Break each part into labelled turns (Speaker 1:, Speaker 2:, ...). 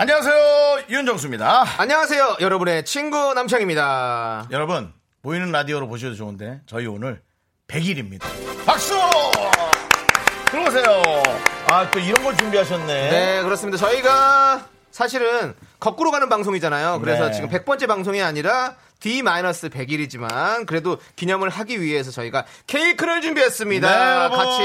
Speaker 1: 안녕하세요 윤정수입니다
Speaker 2: 안녕하세요, 여러분의 친구 남창입니다.
Speaker 1: 여러분 보이는 라디오로 보셔도 좋은데 저희 오늘 100일입니다 박수 들어오세요 아 또 이런 걸 준비하셨네
Speaker 2: 네, 그렇습니다. 저희가 사실은 거꾸로 가는 방송이잖아요. 그래서
Speaker 1: 네.
Speaker 2: 지금 100번째 방송이 아니라 D-100일이지만 그래도 기념을 하기 위해서 저희가 케이크를 준비했습니다.
Speaker 1: 네, 여러분.
Speaker 2: 같이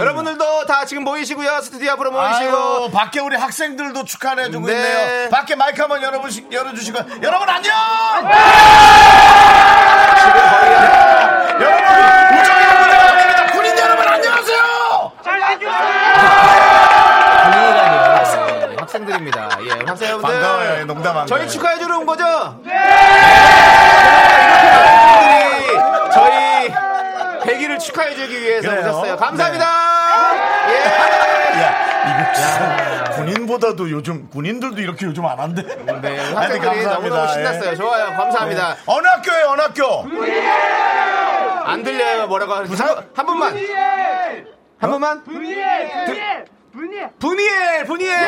Speaker 2: 여러분들도 다 지금 모이시고요. 스튜디오 앞으로 모이시고
Speaker 1: 아유, 밖에 우리 학생들도 축하를 해주고
Speaker 2: 네.
Speaker 1: 있네요. 밖에 마이크 한번 열어보시, 열어주시고. 여러분, 안녕!
Speaker 2: 네.
Speaker 1: 여러분, 우정의 무대가 됩니다. 군인 여러분, 안녕하세요!
Speaker 2: 네. 분위기라니요. 네, 학생들입니다. 예, 학생 여러분들.
Speaker 1: 반가워요. 예, 농담 안
Speaker 2: 저희
Speaker 1: 거예요.
Speaker 2: 축하해 주러 온 거죠? 네! 이렇게 많은 분들이 저희 100일을 축하해 주기 위해서
Speaker 1: 그래요? 네.
Speaker 2: 오셨어요. 감사합니다. 예.
Speaker 1: 야, 이거 진짜 군인보다도 요즘, 군인들도 이렇게 요즘 안 한대.
Speaker 2: 네,
Speaker 1: 하여튼
Speaker 2: 학생들이
Speaker 1: 감사합니다.
Speaker 2: 너무너무 신났어요.
Speaker 1: 예.
Speaker 2: 좋아요. 감사합니다. 음, 네,
Speaker 1: 어느 학교예요, 어느 학교?
Speaker 2: 안 들려요. 뭐라고 하는지. 한, 한 번만. 한 번만. 분이엘. 분이엘. 분이엘.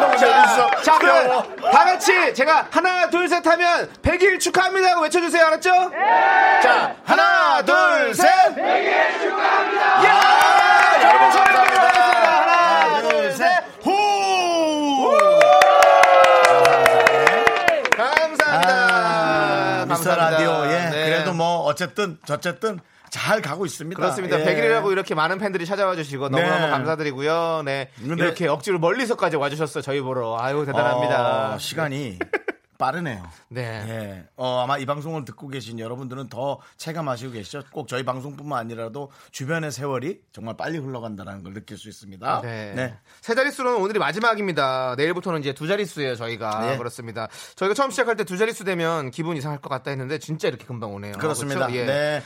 Speaker 1: 너무
Speaker 2: 자,
Speaker 1: 재밌어.
Speaker 2: 자,
Speaker 1: 귀여워.
Speaker 2: 그럼 다 같이 제가 하나, 둘, 셋 하면 100일 축하합니다 하고 외쳐주세요. 알았죠? 자, 하나, 둘, 셋! 100일
Speaker 1: 아,
Speaker 2: 축하합니다! 예! 여러분, 감사합니다. 하나,
Speaker 1: 네,
Speaker 2: 둘, 셋!
Speaker 1: 호!
Speaker 2: 감사합니다.
Speaker 1: 아, 미스터
Speaker 2: 감사합니다.
Speaker 1: 라디오, 예.
Speaker 2: 네.
Speaker 1: 그래도 뭐, 어쨌든, 저쨌든, 잘 가고 있습니다.
Speaker 2: 그렇습니다.
Speaker 1: 예.
Speaker 2: 100일이라고 이렇게 많은 팬들이 찾아와 주시고 너무너무
Speaker 1: 네.
Speaker 2: 감사드리고요. 네.
Speaker 1: 근데-
Speaker 2: 이렇게 억지로 멀리서까지 와 주셨어요. 저희 보러. 아유, 대단합니다.
Speaker 1: 어, 시간이 빠르네요.
Speaker 2: 네.
Speaker 1: 예. 어, 아마 이 방송을 듣고 계신 여러분들은 더 체감하시고 계시죠. 꼭 저희 방송뿐만 아니라도 주변의 세월이 정말 빨리 흘러간다는 걸 느낄 수 있습니다.
Speaker 2: 네. 세 자릿수는 오늘이 마지막입니다. 내일부터는 이제 두 자릿수예요, 저희가.
Speaker 1: 예.
Speaker 2: 그렇습니다. 저희가 처음 시작할 때 두 자릿수 되면 기분 이상할 것 같다 했는데 진짜 이렇게 금방 오네요.
Speaker 1: 그렇습니다.
Speaker 2: 그렇죠? 예.
Speaker 1: 네.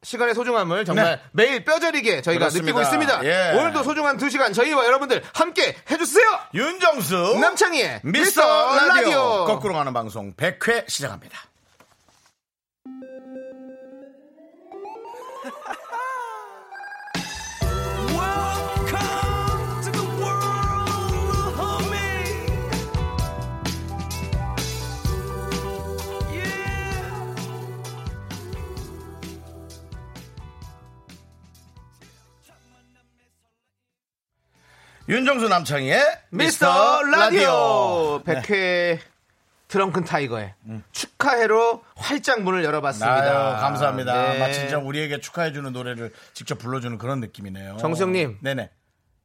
Speaker 2: 시간의 소중함을 정말 매일 뼈저리게 저희가
Speaker 1: 그렇습니다.
Speaker 2: 느끼고 있습니다.
Speaker 1: 예.
Speaker 2: 오늘도 소중한 두 시간 저희와 여러분들 함께 해주세요!
Speaker 1: 윤정수.
Speaker 2: 남창희의
Speaker 1: 미스터 라디오. 거꾸로 가는 방송 100회 시작합니다. 윤정수 남창희의
Speaker 2: 미스터 라디오!
Speaker 1: 네. 음.
Speaker 2: 100회 트렁큰 타이거의 축하해로 활짝 문을 열어봤습니다.
Speaker 1: 아유, 감사합니다.
Speaker 2: 네.
Speaker 1: 마치 진짜 우리에게 축하해주는 노래를 직접 불러주는 그런 느낌이네요.
Speaker 2: 정수영님.
Speaker 1: 네네.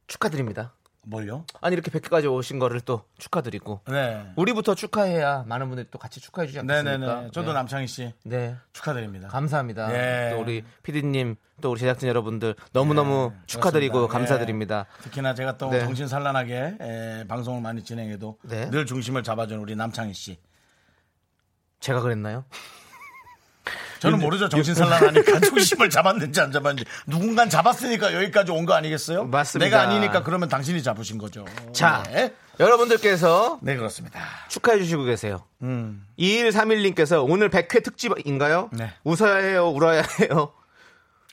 Speaker 2: 축하드립니다.
Speaker 1: 뭘요?
Speaker 2: 아니, 이렇게 100회까지 오신 거를 또 축하드리고.
Speaker 1: 네.
Speaker 2: 우리부터 축하해야 많은 분들이 또 같이 축하해 주지 않겠습니까?
Speaker 1: 네네네. 저도
Speaker 2: 네.
Speaker 1: 남창희 씨
Speaker 2: 네.
Speaker 1: 축하드립니다.
Speaker 2: 감사합니다.
Speaker 1: 예.
Speaker 2: 또 우리 피디님, 또 우리 제작진 여러분들 너무너무 축하드리고
Speaker 1: 예, 그렇습니다.
Speaker 2: 감사드립니다.
Speaker 1: 예. 특히나 제가 또
Speaker 2: 네.
Speaker 1: 정신 산란하게 예, 방송을 많이 진행해도
Speaker 2: 네.
Speaker 1: 늘 중심을 잡아준 우리 남창희 씨.
Speaker 2: 제가 그랬나요?
Speaker 1: 네. 저는 모르죠. 정신 산란하니까 중심을 잡았는지 안 잡았는지. 누군간 잡았으니까 여기까지 온 거 아니겠어요?
Speaker 2: 맞습니다.
Speaker 1: 내가 아니니까 그러면 당신이 잡으신 거죠.
Speaker 2: 자,
Speaker 1: 네,
Speaker 2: 여러분들께서
Speaker 1: 네, 그렇습니다.
Speaker 2: 축하해 주시고 계세요. 2131님께서 오늘 100회 특집인가요?
Speaker 1: 음. 네.
Speaker 2: 웃어야 해요, 울어야 해요.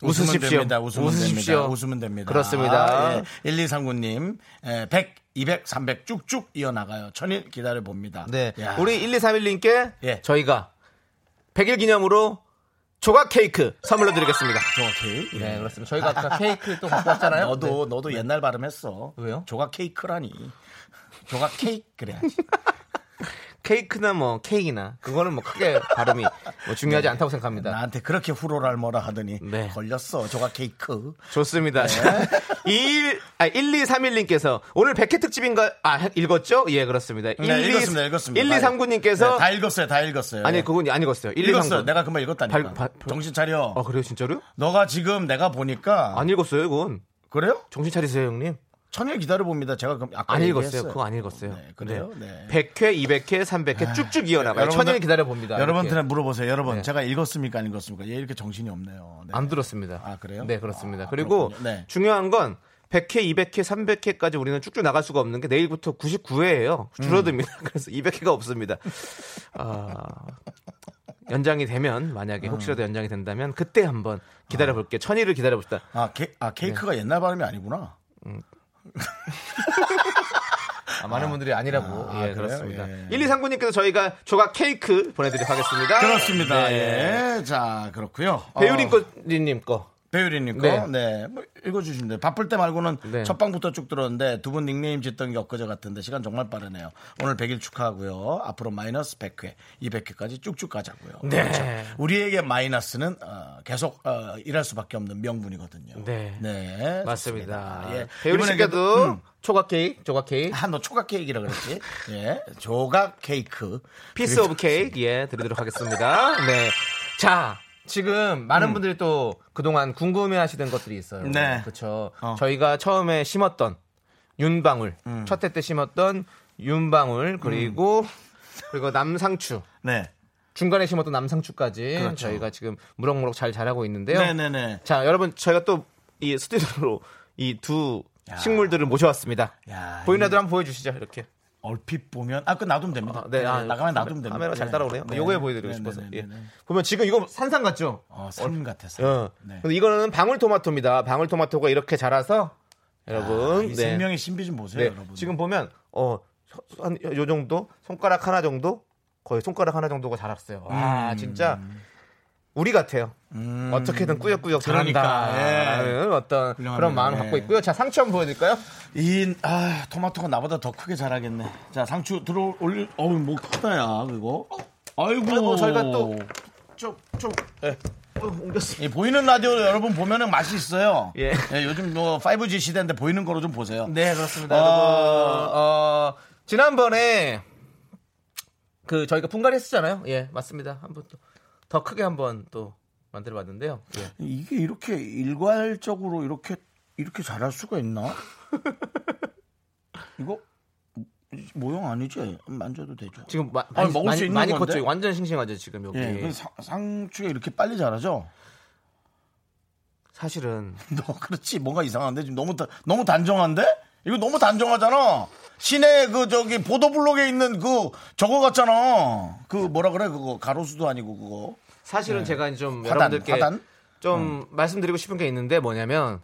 Speaker 1: 웃으면
Speaker 2: 웃으십시오.
Speaker 1: 됩니다. 웃으면
Speaker 2: 웃으십시오.
Speaker 1: 됩니다. 웃으면 됩니다.
Speaker 2: 그렇습니다.
Speaker 1: 아, 예. 1239님, 100, 200, 300 쭉쭉 이어나가요. 천일 기다려봅니다.
Speaker 2: 네.
Speaker 1: 야.
Speaker 2: 우리 1231님께
Speaker 1: 예.
Speaker 2: 저희가 100일 기념으로 조각 케이크 선물로 드리겠습니다.
Speaker 1: 조각 케이크.
Speaker 2: 네, 그렇습니다. 저희가 아까 케이크 또 갖고 왔잖아요. 네.
Speaker 1: 너도, 너도 옛날 발음했어.
Speaker 2: 왜요?
Speaker 1: 조각 케이크라니. 조각 케이크, 그래야지.
Speaker 2: 케이크나 뭐 케이크나 그거는 뭐 크게 발음이 뭐 중요하지 않다고 생각합니다.
Speaker 1: 네. 나한테 그렇게 후로랄 뭐라 하더니
Speaker 2: 네.
Speaker 1: 걸렸어. 조각 케이크.
Speaker 2: 좋습니다.
Speaker 1: 네.
Speaker 2: 21, 아, 1231님께서 오늘 100회 특집인가? 아, 읽었죠? 예, 그렇습니다.
Speaker 1: 네, 읽었습니다. 읽었습니다.
Speaker 2: 1239님께서
Speaker 1: 네, 다 읽었어요. 다 읽었어요.
Speaker 2: 아니, 그건 안 읽었어요. 1239.
Speaker 1: 읽었어요. 내가 그만 읽었다니까.
Speaker 2: 발- 발- 어, 그 발-
Speaker 1: 정신 차려.
Speaker 2: 아, 그래요? 진짜로요?
Speaker 1: 너가 지금 내가 보니까
Speaker 2: 안 읽었어요, 이건.
Speaker 1: 그래요?
Speaker 2: 정신 차리세요, 형님.
Speaker 1: 천일 기다려 봅니다. 제가 그럼 아까
Speaker 2: 안 읽었어요.
Speaker 1: 얘기했어요.
Speaker 2: 그거 안 읽었어요.
Speaker 1: 네, 그래요? 네. 아,
Speaker 2: 100회, 200회, 300회 쭉쭉 이어나가요.
Speaker 1: 여러분들-
Speaker 2: 아, 천일 기다려 봅니다.
Speaker 1: 여러분들한테 물어보세요. 여러분,
Speaker 2: 네.
Speaker 1: 제가 읽었습니까? 안 읽었습니까? 얘 이렇게 정신이 없네요. 네.
Speaker 2: 안 들었습니다.
Speaker 1: 아, 그래요?
Speaker 2: 네, 그렇습니다.
Speaker 1: 아,
Speaker 2: 그리고
Speaker 1: 그렇군요. 네.
Speaker 2: 중요한 건 100회, 200회, 300회까지 우리는 쭉쭉 나갈 수가 없는 게 내일부터 99회예요. 줄어듭니다.
Speaker 1: 음.
Speaker 2: 그래서 200회가 없습니다. 아, 연장이 되면 만약에
Speaker 1: 음.
Speaker 2: 혹시라도 연장이 된다면 그때 한번 기다려 볼게요. 천일을 기다려 봅시다.
Speaker 1: 아, 케, 아
Speaker 2: 네.
Speaker 1: 케이크가 옛날 발음이 아니구나.
Speaker 2: 많은 분들이 아니라고.
Speaker 1: 아,
Speaker 2: 예,
Speaker 1: 그래요?
Speaker 2: 그렇습니다.
Speaker 1: 예.
Speaker 2: 1239님께서 저희가 조각 케이크 보내드리도록 하겠습니다.
Speaker 1: 그렇습니다.
Speaker 2: 네.
Speaker 1: 예. 자, 그렇고요.
Speaker 2: 배우린
Speaker 1: 어,
Speaker 2: 거, 님 거.
Speaker 1: 배우리님 거.
Speaker 2: 네.
Speaker 1: 네. 뭐 읽어주시면 돼요. 바쁠 때 말고는
Speaker 2: 네.
Speaker 1: 첫 방부터 쭉 들었는데 두 분 닉네임 짓던 게 엊그제 같은데 시간 정말 빠르네요. 오늘 100일 축하하고요. 앞으로 마이너스 100회, 200회까지 쭉쭉 가자고요. 그렇죠.
Speaker 2: 네.
Speaker 1: 우리에게 마이너스는 어, 계속 어, 일할 수밖에 없는 명분이거든요.
Speaker 2: 네.
Speaker 1: 네,
Speaker 2: 맞습니다.
Speaker 1: 좋습니다. 예.
Speaker 2: 배우린 씨께도
Speaker 1: 이분에게도, 음,
Speaker 2: 조각 케이크, 조각 케이크.
Speaker 1: 아, 너 초각 케이크라 그랬지? 예. 조각 케이크.
Speaker 2: 피스 오브 케이크 예 드리도록 하겠습니다. 네. 자 지금 많은 분들이 또 그동안 궁금해하시던 것들이 있어요.
Speaker 1: 음. 네.
Speaker 2: 그렇죠.
Speaker 1: 어. 음.
Speaker 2: 저희가 처음에 심었던 윤방울 첫 해 때 심었던 윤방울 그리고 그리고 남상추
Speaker 1: 네.
Speaker 2: 중간에 심었던 남상추까지
Speaker 1: 그렇죠.
Speaker 2: 저희가 지금 무럭무럭 잘 자라고 있는데요.
Speaker 1: 네네네.
Speaker 2: 자 여러분 저희가 또 이 스튜디오로 이 두
Speaker 1: 야.
Speaker 2: 식물들을 모셔왔습니다.
Speaker 1: 야,
Speaker 2: 보이는 애들 한번 보여주시죠 이렇게.
Speaker 1: 얼핏 보면 아, 그 놔두면 됩니다.
Speaker 2: 아, 네, 아,
Speaker 1: 나가면 놔두면
Speaker 2: 카메-
Speaker 1: 됩니다.
Speaker 2: 카메라 잘 따라오네요.
Speaker 1: 네.
Speaker 2: 요거에 보여드리고
Speaker 1: 네,
Speaker 2: 싶어서.
Speaker 1: 네, 네,
Speaker 2: 예.
Speaker 1: 네, 네.
Speaker 2: 보면 지금 이거 산산 같죠?
Speaker 1: 어, 삶 같았어요.
Speaker 2: 어.
Speaker 1: 네.
Speaker 2: 근데 이거는 방울토마토입니다. 방울토마토가 이렇게 자라서
Speaker 1: 아, 이
Speaker 2: 여러분, 네.
Speaker 1: 생명의 신비 좀 보세요,
Speaker 2: 네.
Speaker 1: 여러분.
Speaker 2: 지금 보면 어, 한 요 정도 손가락 하나 정도 거의 손가락 하나 정도가 자랐어요.
Speaker 1: 음.
Speaker 2: 와, 진짜 우리 같아요. 어떻게든 꾸역꾸역
Speaker 1: 그러니까,
Speaker 2: 자란다라는 어떤 그런
Speaker 1: 음. 훌륭합니다.
Speaker 2: 마음 을 갖고
Speaker 1: 예.
Speaker 2: 있고요. 자, 상추 한번 보여드릴까요?
Speaker 1: 이 아, 토마토가 나보다 더 크게 자라겠네. 자, 상추 들어 올릴 어우, 뭐 크다야, 그거. 아이고,
Speaker 2: 아이고, 저희가 또 좀, 좀, 예. 어, 옮겼습니다.
Speaker 1: 예, 보이는 라디오 여러분 보면은 맛이 있어요.
Speaker 2: 예.
Speaker 1: 요즘 뭐 5G 시대인데 보이는 거로 좀 보세요.
Speaker 2: 네, 그렇습니다.
Speaker 1: 어,
Speaker 2: 여러분. 어, 지난번에 그 저희가 분갈이 했었잖아요. 예, 맞습니다. 한번 또 더 크게 한번 또 만들어 봤는데요. 예.
Speaker 1: 이게 이렇게 일괄적으로 이렇게 이렇게 자랄 수가 있나? 이거 모형 아니지? 만져도 되죠.
Speaker 2: 지금 마-
Speaker 1: 아니,
Speaker 2: 많이
Speaker 1: 먹을
Speaker 2: 많이,
Speaker 1: 수 있는
Speaker 2: 많이
Speaker 1: 건데?
Speaker 2: 컸죠. 완전 싱싱하죠, 지금 여기.
Speaker 1: 예, 그 사- 상추가 이렇게 빨리 자라죠?
Speaker 2: 사실은
Speaker 1: 너 그렇지 뭔가 이상한데 지금 너무 다- 너무 단정한데? 이거 너무 단정하잖아. 시내 그 저기 보도블록에 있는 그 저거 같잖아. 그 뭐라 그래 그거 가로수도 아니고 그거.
Speaker 2: 사실은
Speaker 1: 예.
Speaker 2: 제가 이제 좀
Speaker 1: 화단,
Speaker 2: 여러분들께
Speaker 1: 화단? 음.
Speaker 2: 좀 말씀드리고 싶은 게 있는데 뭐냐면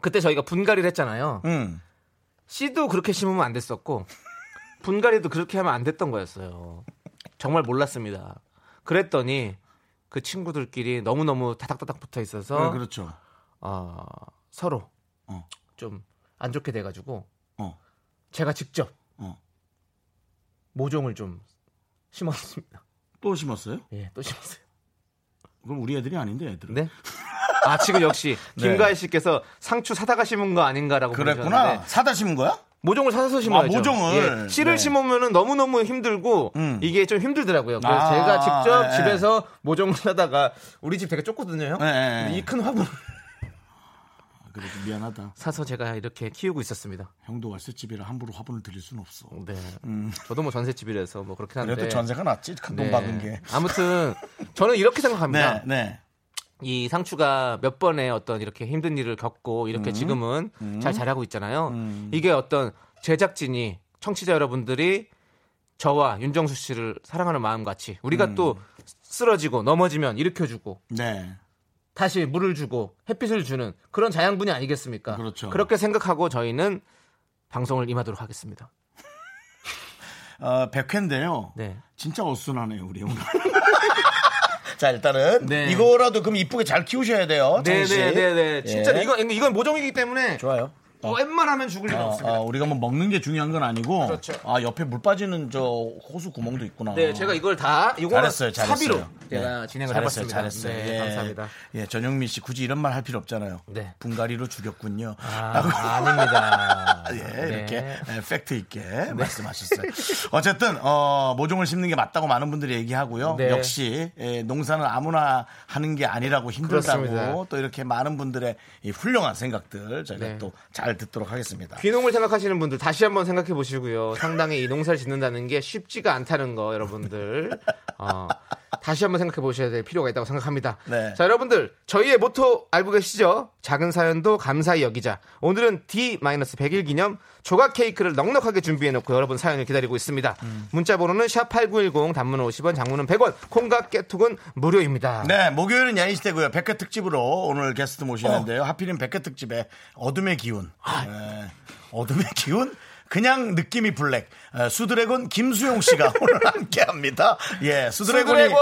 Speaker 2: 그때 저희가 분갈이를 했잖아요.
Speaker 1: 응.
Speaker 2: 씨도 그렇게 심으면 안 됐었고 분갈이도 그렇게 하면 안 됐던 거였어요. 정말 몰랐습니다. 그랬더니 그 친구들끼리 너무 너무 다닥다닥 붙어 있어서
Speaker 1: 그렇죠.
Speaker 2: 어, 서로
Speaker 1: 어.
Speaker 2: 좀 안 좋게 돼가지고
Speaker 1: 어.
Speaker 2: 제가 직접
Speaker 1: 어.
Speaker 2: 모종을 좀 심었습니다.
Speaker 1: 또 심었어요?
Speaker 2: 예, 또 심었어요.
Speaker 1: 그럼 우리 애들이 아닌데 애들은.
Speaker 2: 네. 아 지금 역시
Speaker 1: 네.
Speaker 2: 김가희 씨께서 상추 사다가 심은 거 아닌가라고
Speaker 1: 그랬구나.
Speaker 2: 보내셨는데
Speaker 1: 사다 심은 거야?
Speaker 2: 모종을 사서 심어야죠.
Speaker 1: 아, 모종을.
Speaker 2: 예, 씨를
Speaker 1: 네.
Speaker 2: 심으면 너무 너무 힘들고
Speaker 1: 음.
Speaker 2: 이게 좀 힘들더라고요. 그래서
Speaker 1: 아,
Speaker 2: 제가 직접
Speaker 1: 예, 예.
Speaker 2: 집에서 모종을 하다가 우리 집 되게 좁거든요.
Speaker 1: 예, 예, 예.
Speaker 2: 네. 이 큰 화분
Speaker 1: 아, 그래도 미안하다.
Speaker 2: 사서 제가 이렇게 키우고 있었습니다.
Speaker 1: 형도 왈세집이라 함부로 화분을 드릴 순 없어.
Speaker 2: 네. 저도 뭐 전셋집이라서 뭐 그렇긴 한데.
Speaker 1: 음. 그래도 전세가 낫지. 큰 돈
Speaker 2: 네.
Speaker 1: 받은 게.
Speaker 2: 아무튼 저는 이렇게 생각합니다.
Speaker 1: 네, 네.
Speaker 2: 이 상추가 몇 번의 어떤 이렇게 힘든 일을 겪고
Speaker 1: 음.
Speaker 2: 이렇게 지금은 잘 자라고 있잖아요. 이게 어떤 제작진이 청취자 여러분들이 저와 윤정수 씨를 사랑하는 마음 같이 우리가 또 쓰러지고 넘어지면 일으켜주고
Speaker 1: 네.
Speaker 2: 다시 물을 주고 햇빛을 주는 그런 자양분이 아니겠습니까?
Speaker 1: 그렇죠.
Speaker 2: 그렇게 생각하고 저희는 방송을 임하도록 하겠습니다.
Speaker 1: 어, 100회인데요.
Speaker 2: 네.
Speaker 1: 진짜 어순하네요, 우리 오늘. 자, 일단은
Speaker 2: 네.
Speaker 1: 이거라도 그럼 이쁘게 잘 키우셔야 돼요. 창희 씨.
Speaker 2: 네네네네. 진짜
Speaker 1: 아, 예.
Speaker 2: 이건 이건 모종이기 때문에
Speaker 1: 좋아요.
Speaker 2: 웬만하면 죽을 일은
Speaker 1: 어,
Speaker 2: 없습니다.
Speaker 1: 어, 우리가 뭐 먹는 게 중요한 건 아니고
Speaker 2: 그렇죠.
Speaker 1: 아, 옆에 물 빠지는 저 호수 구멍도 있구나.
Speaker 2: 네, 제가 이걸 다 이거는
Speaker 1: 어. 잘했어요, 잘했어요.
Speaker 2: 사비로
Speaker 1: 네.
Speaker 2: 제가 진행을
Speaker 1: 잘했어요,
Speaker 2: 해봤습니다.
Speaker 1: 잘했어요.
Speaker 2: 네,
Speaker 1: 예.
Speaker 2: 감사합니다.
Speaker 1: 예, 전영민 씨 굳이 이런 말 할 필요 없잖아요.
Speaker 2: 네.
Speaker 1: 분갈이로 죽였군요.
Speaker 2: 아, 닙니다
Speaker 1: 예, 이렇게
Speaker 2: 네.
Speaker 1: 예, 팩트 있게 말씀하셨어요. 어쨌든 어, 모종을 심는 게 맞다고 많은 분들이 얘기하고요.
Speaker 2: 네.
Speaker 1: 역시 예, 농사는 아무나 하는 게 아니라고 힘들다고
Speaker 2: 그렇습니다.
Speaker 1: 또 이렇게 많은 분들의 이 훌륭한 생각들 저희가
Speaker 2: 네.
Speaker 1: 또 잘 잘 듣도록 하겠습니다.
Speaker 2: 귀농을 생각하시는 분들 다시 한번 생각해 보시고요. 상당히 이 농사를 짓는다는 게 쉽지가 않다는 거 여러분들 어, 다시 한번 생각해 보셔야 될 필요가 있다고 생각합니다.
Speaker 1: 네.
Speaker 2: 자 여러분들 저희의 모토 알고 계시죠? 작은 사연도 감사히 여기자. 오늘은 D-100일 기념 조각 케이크를 넉넉하게 준비해 놓고 여러분 사연을 기다리고 있습니다.
Speaker 1: 음.
Speaker 2: 문자 번호는 샵8910 단문 50원 장문은 100원 콩과 깨톡은 무료입니다.
Speaker 1: 네, 목요일은 야인시대고요. 100회 특집으로 오늘 게스트 모시는데요. 하필이면 100회 특집에 어둠의 기운. 에, 어둠의 기운? 그냥 느낌이 블랙. 에, 수드래곤 김수용 씨가 오늘 함께 합니다. 예, 수드래곤이.
Speaker 2: 수드래곤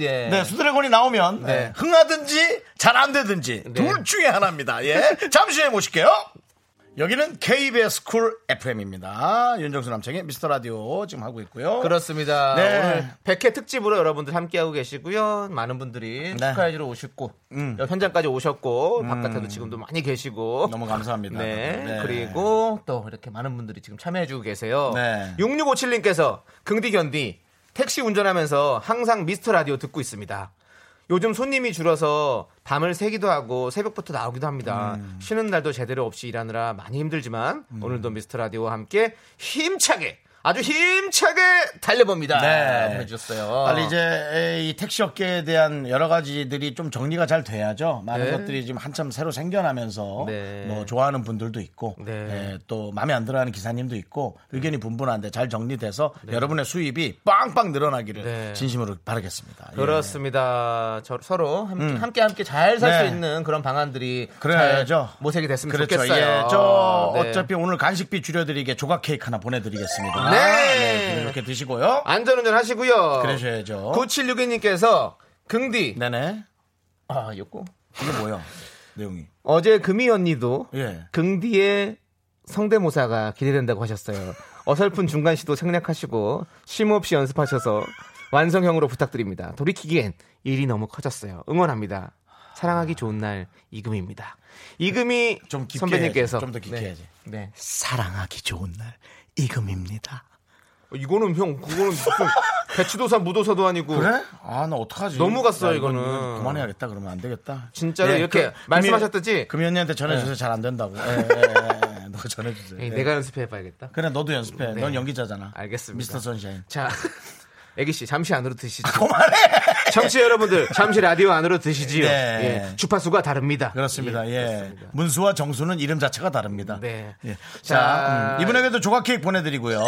Speaker 2: 예.
Speaker 1: 네, 수드래곤이 나오면
Speaker 2: 네.
Speaker 1: 예, 흥하든지 잘 안 되든지
Speaker 2: 네.
Speaker 1: 둘 중에 하나입니다. 예, 잠시 후에 모실게요. 여기는 KBS 쿨 FM입니다. 윤정수 남창의 미스터 라디오 지금 하고 있고요.
Speaker 2: 그렇습니다.
Speaker 1: 네.
Speaker 2: 오늘 100회 특집으로 여러분들 함께하고 계시고요. 많은 분들이
Speaker 1: 네. 음.
Speaker 2: 축하해주러 오셨고 현장까지 오셨고 바깥에도 지금도 많이 계시고
Speaker 1: 너무 감사합니다.
Speaker 2: 네.
Speaker 1: 네.
Speaker 2: 그리고 또 이렇게 많은 분들이 지금 참여해주고 계세요.
Speaker 1: 네.
Speaker 2: 6657님께서 긍디 견디 택시 운전하면서 항상 미스터 라디오 듣고 있습니다. 요즘 손님이 줄어서 밤을 새기도 하고 새벽부터 나오기도 합니다.
Speaker 1: 음.
Speaker 2: 쉬는 날도 제대로 없이 일하느라 많이 힘들지만 오늘도 미스터 라디오와 함께 힘차게 아주 힘차게 달려봅니다.
Speaker 1: 네.
Speaker 2: 아, 보내주셨어요.
Speaker 1: 빨리 이제 이 택시 업계에 대한 여러 가지들이 좀 정리가 잘 돼야죠. 많은
Speaker 2: 네.
Speaker 1: 것들이 지금 한참 새로 생겨나면서
Speaker 2: 네.
Speaker 1: 뭐 좋아하는 분들도 있고
Speaker 2: 네.
Speaker 1: 예, 또 마음에 안 들어하는 기사님도 있고 의견이 분분한데 잘 정리돼서 여러분의 수입이 빵빵 늘어나기를
Speaker 2: 네.
Speaker 1: 진심으로 바라겠습니다. 예. 음.
Speaker 2: 그렇습니다. 저- 서로 함께 함께, 함께 잘 살 수
Speaker 1: 네.
Speaker 2: 있는 그런 방안들이
Speaker 1: 그래야죠.
Speaker 2: 잘 모색이 됐으면
Speaker 1: 그렇죠. 예,
Speaker 2: 좋겠어요.
Speaker 1: 저
Speaker 2: 네.
Speaker 1: 어차피 오늘 간식비 줄여드리게 조각 케이크 하나 보내드리겠습니다.
Speaker 2: 네. 아, 어.
Speaker 1: 기분 좋게 드시고요.
Speaker 2: 안전운전 하시고요.
Speaker 1: 그러셔야죠.
Speaker 2: 9762님께서 긍디
Speaker 1: 네네.
Speaker 2: 아 욕고
Speaker 1: 이게 뭐야? 내용이.
Speaker 2: 어제 금희 언니도
Speaker 1: 예.
Speaker 2: 긍디의 성대모사가 기대된다고 하셨어요. 어설픈 중간 시도 생략하시고 쉼 없이 연습하셔서 완성형으로 부탁드립니다. 돌이키기엔 일이 너무 커졌어요. 응원합니다. 사랑하기 좋은 날 이금입니다. 이금희
Speaker 1: 좀 깊게
Speaker 2: 선배님께서
Speaker 1: 해야지. 좀더 깊게
Speaker 2: 네.
Speaker 1: 해야지.
Speaker 2: 네.
Speaker 1: 사랑하기 좋은 날 이금입니다.
Speaker 2: 어, 이거는 형 그거는 배치도사 무도사도 아니고
Speaker 1: 그래? 아, 나 어떡하지?
Speaker 2: 너무 갔어요,
Speaker 1: 나 이건
Speaker 2: 이거는.
Speaker 1: 그만해야겠다. 그러면 안 되겠다. 예, 그,
Speaker 2: 진짜로 이렇게 말씀하셨듯이?
Speaker 1: 금이 언니한테 전해주세요. 잘 안 된다고. 예, 예, 예. 너 전해주세요.
Speaker 2: 에이,
Speaker 1: 예.
Speaker 2: 네, 내가 연습해봐야겠다.
Speaker 1: 그래, 너도 연습해. 넌 연기자잖아.
Speaker 2: 알겠습니다.
Speaker 1: 미스터 선샤인.
Speaker 2: 자, 애기 씨 잠시 안으로 드시죠.
Speaker 1: 그만해!
Speaker 2: 청취자 여러분들 잠시 라디오 안으로 드시지요.
Speaker 1: 네.
Speaker 2: 예, 주파수가 다릅니다.
Speaker 1: 그렇습니다. 예.
Speaker 2: 그렇습니다.
Speaker 1: 문수와 정수는 이름 자체가 다릅니다.
Speaker 2: 네.
Speaker 1: 예. 자,
Speaker 2: 자,
Speaker 1: 음, 이분에게도 조각 케이크 보내드리고요.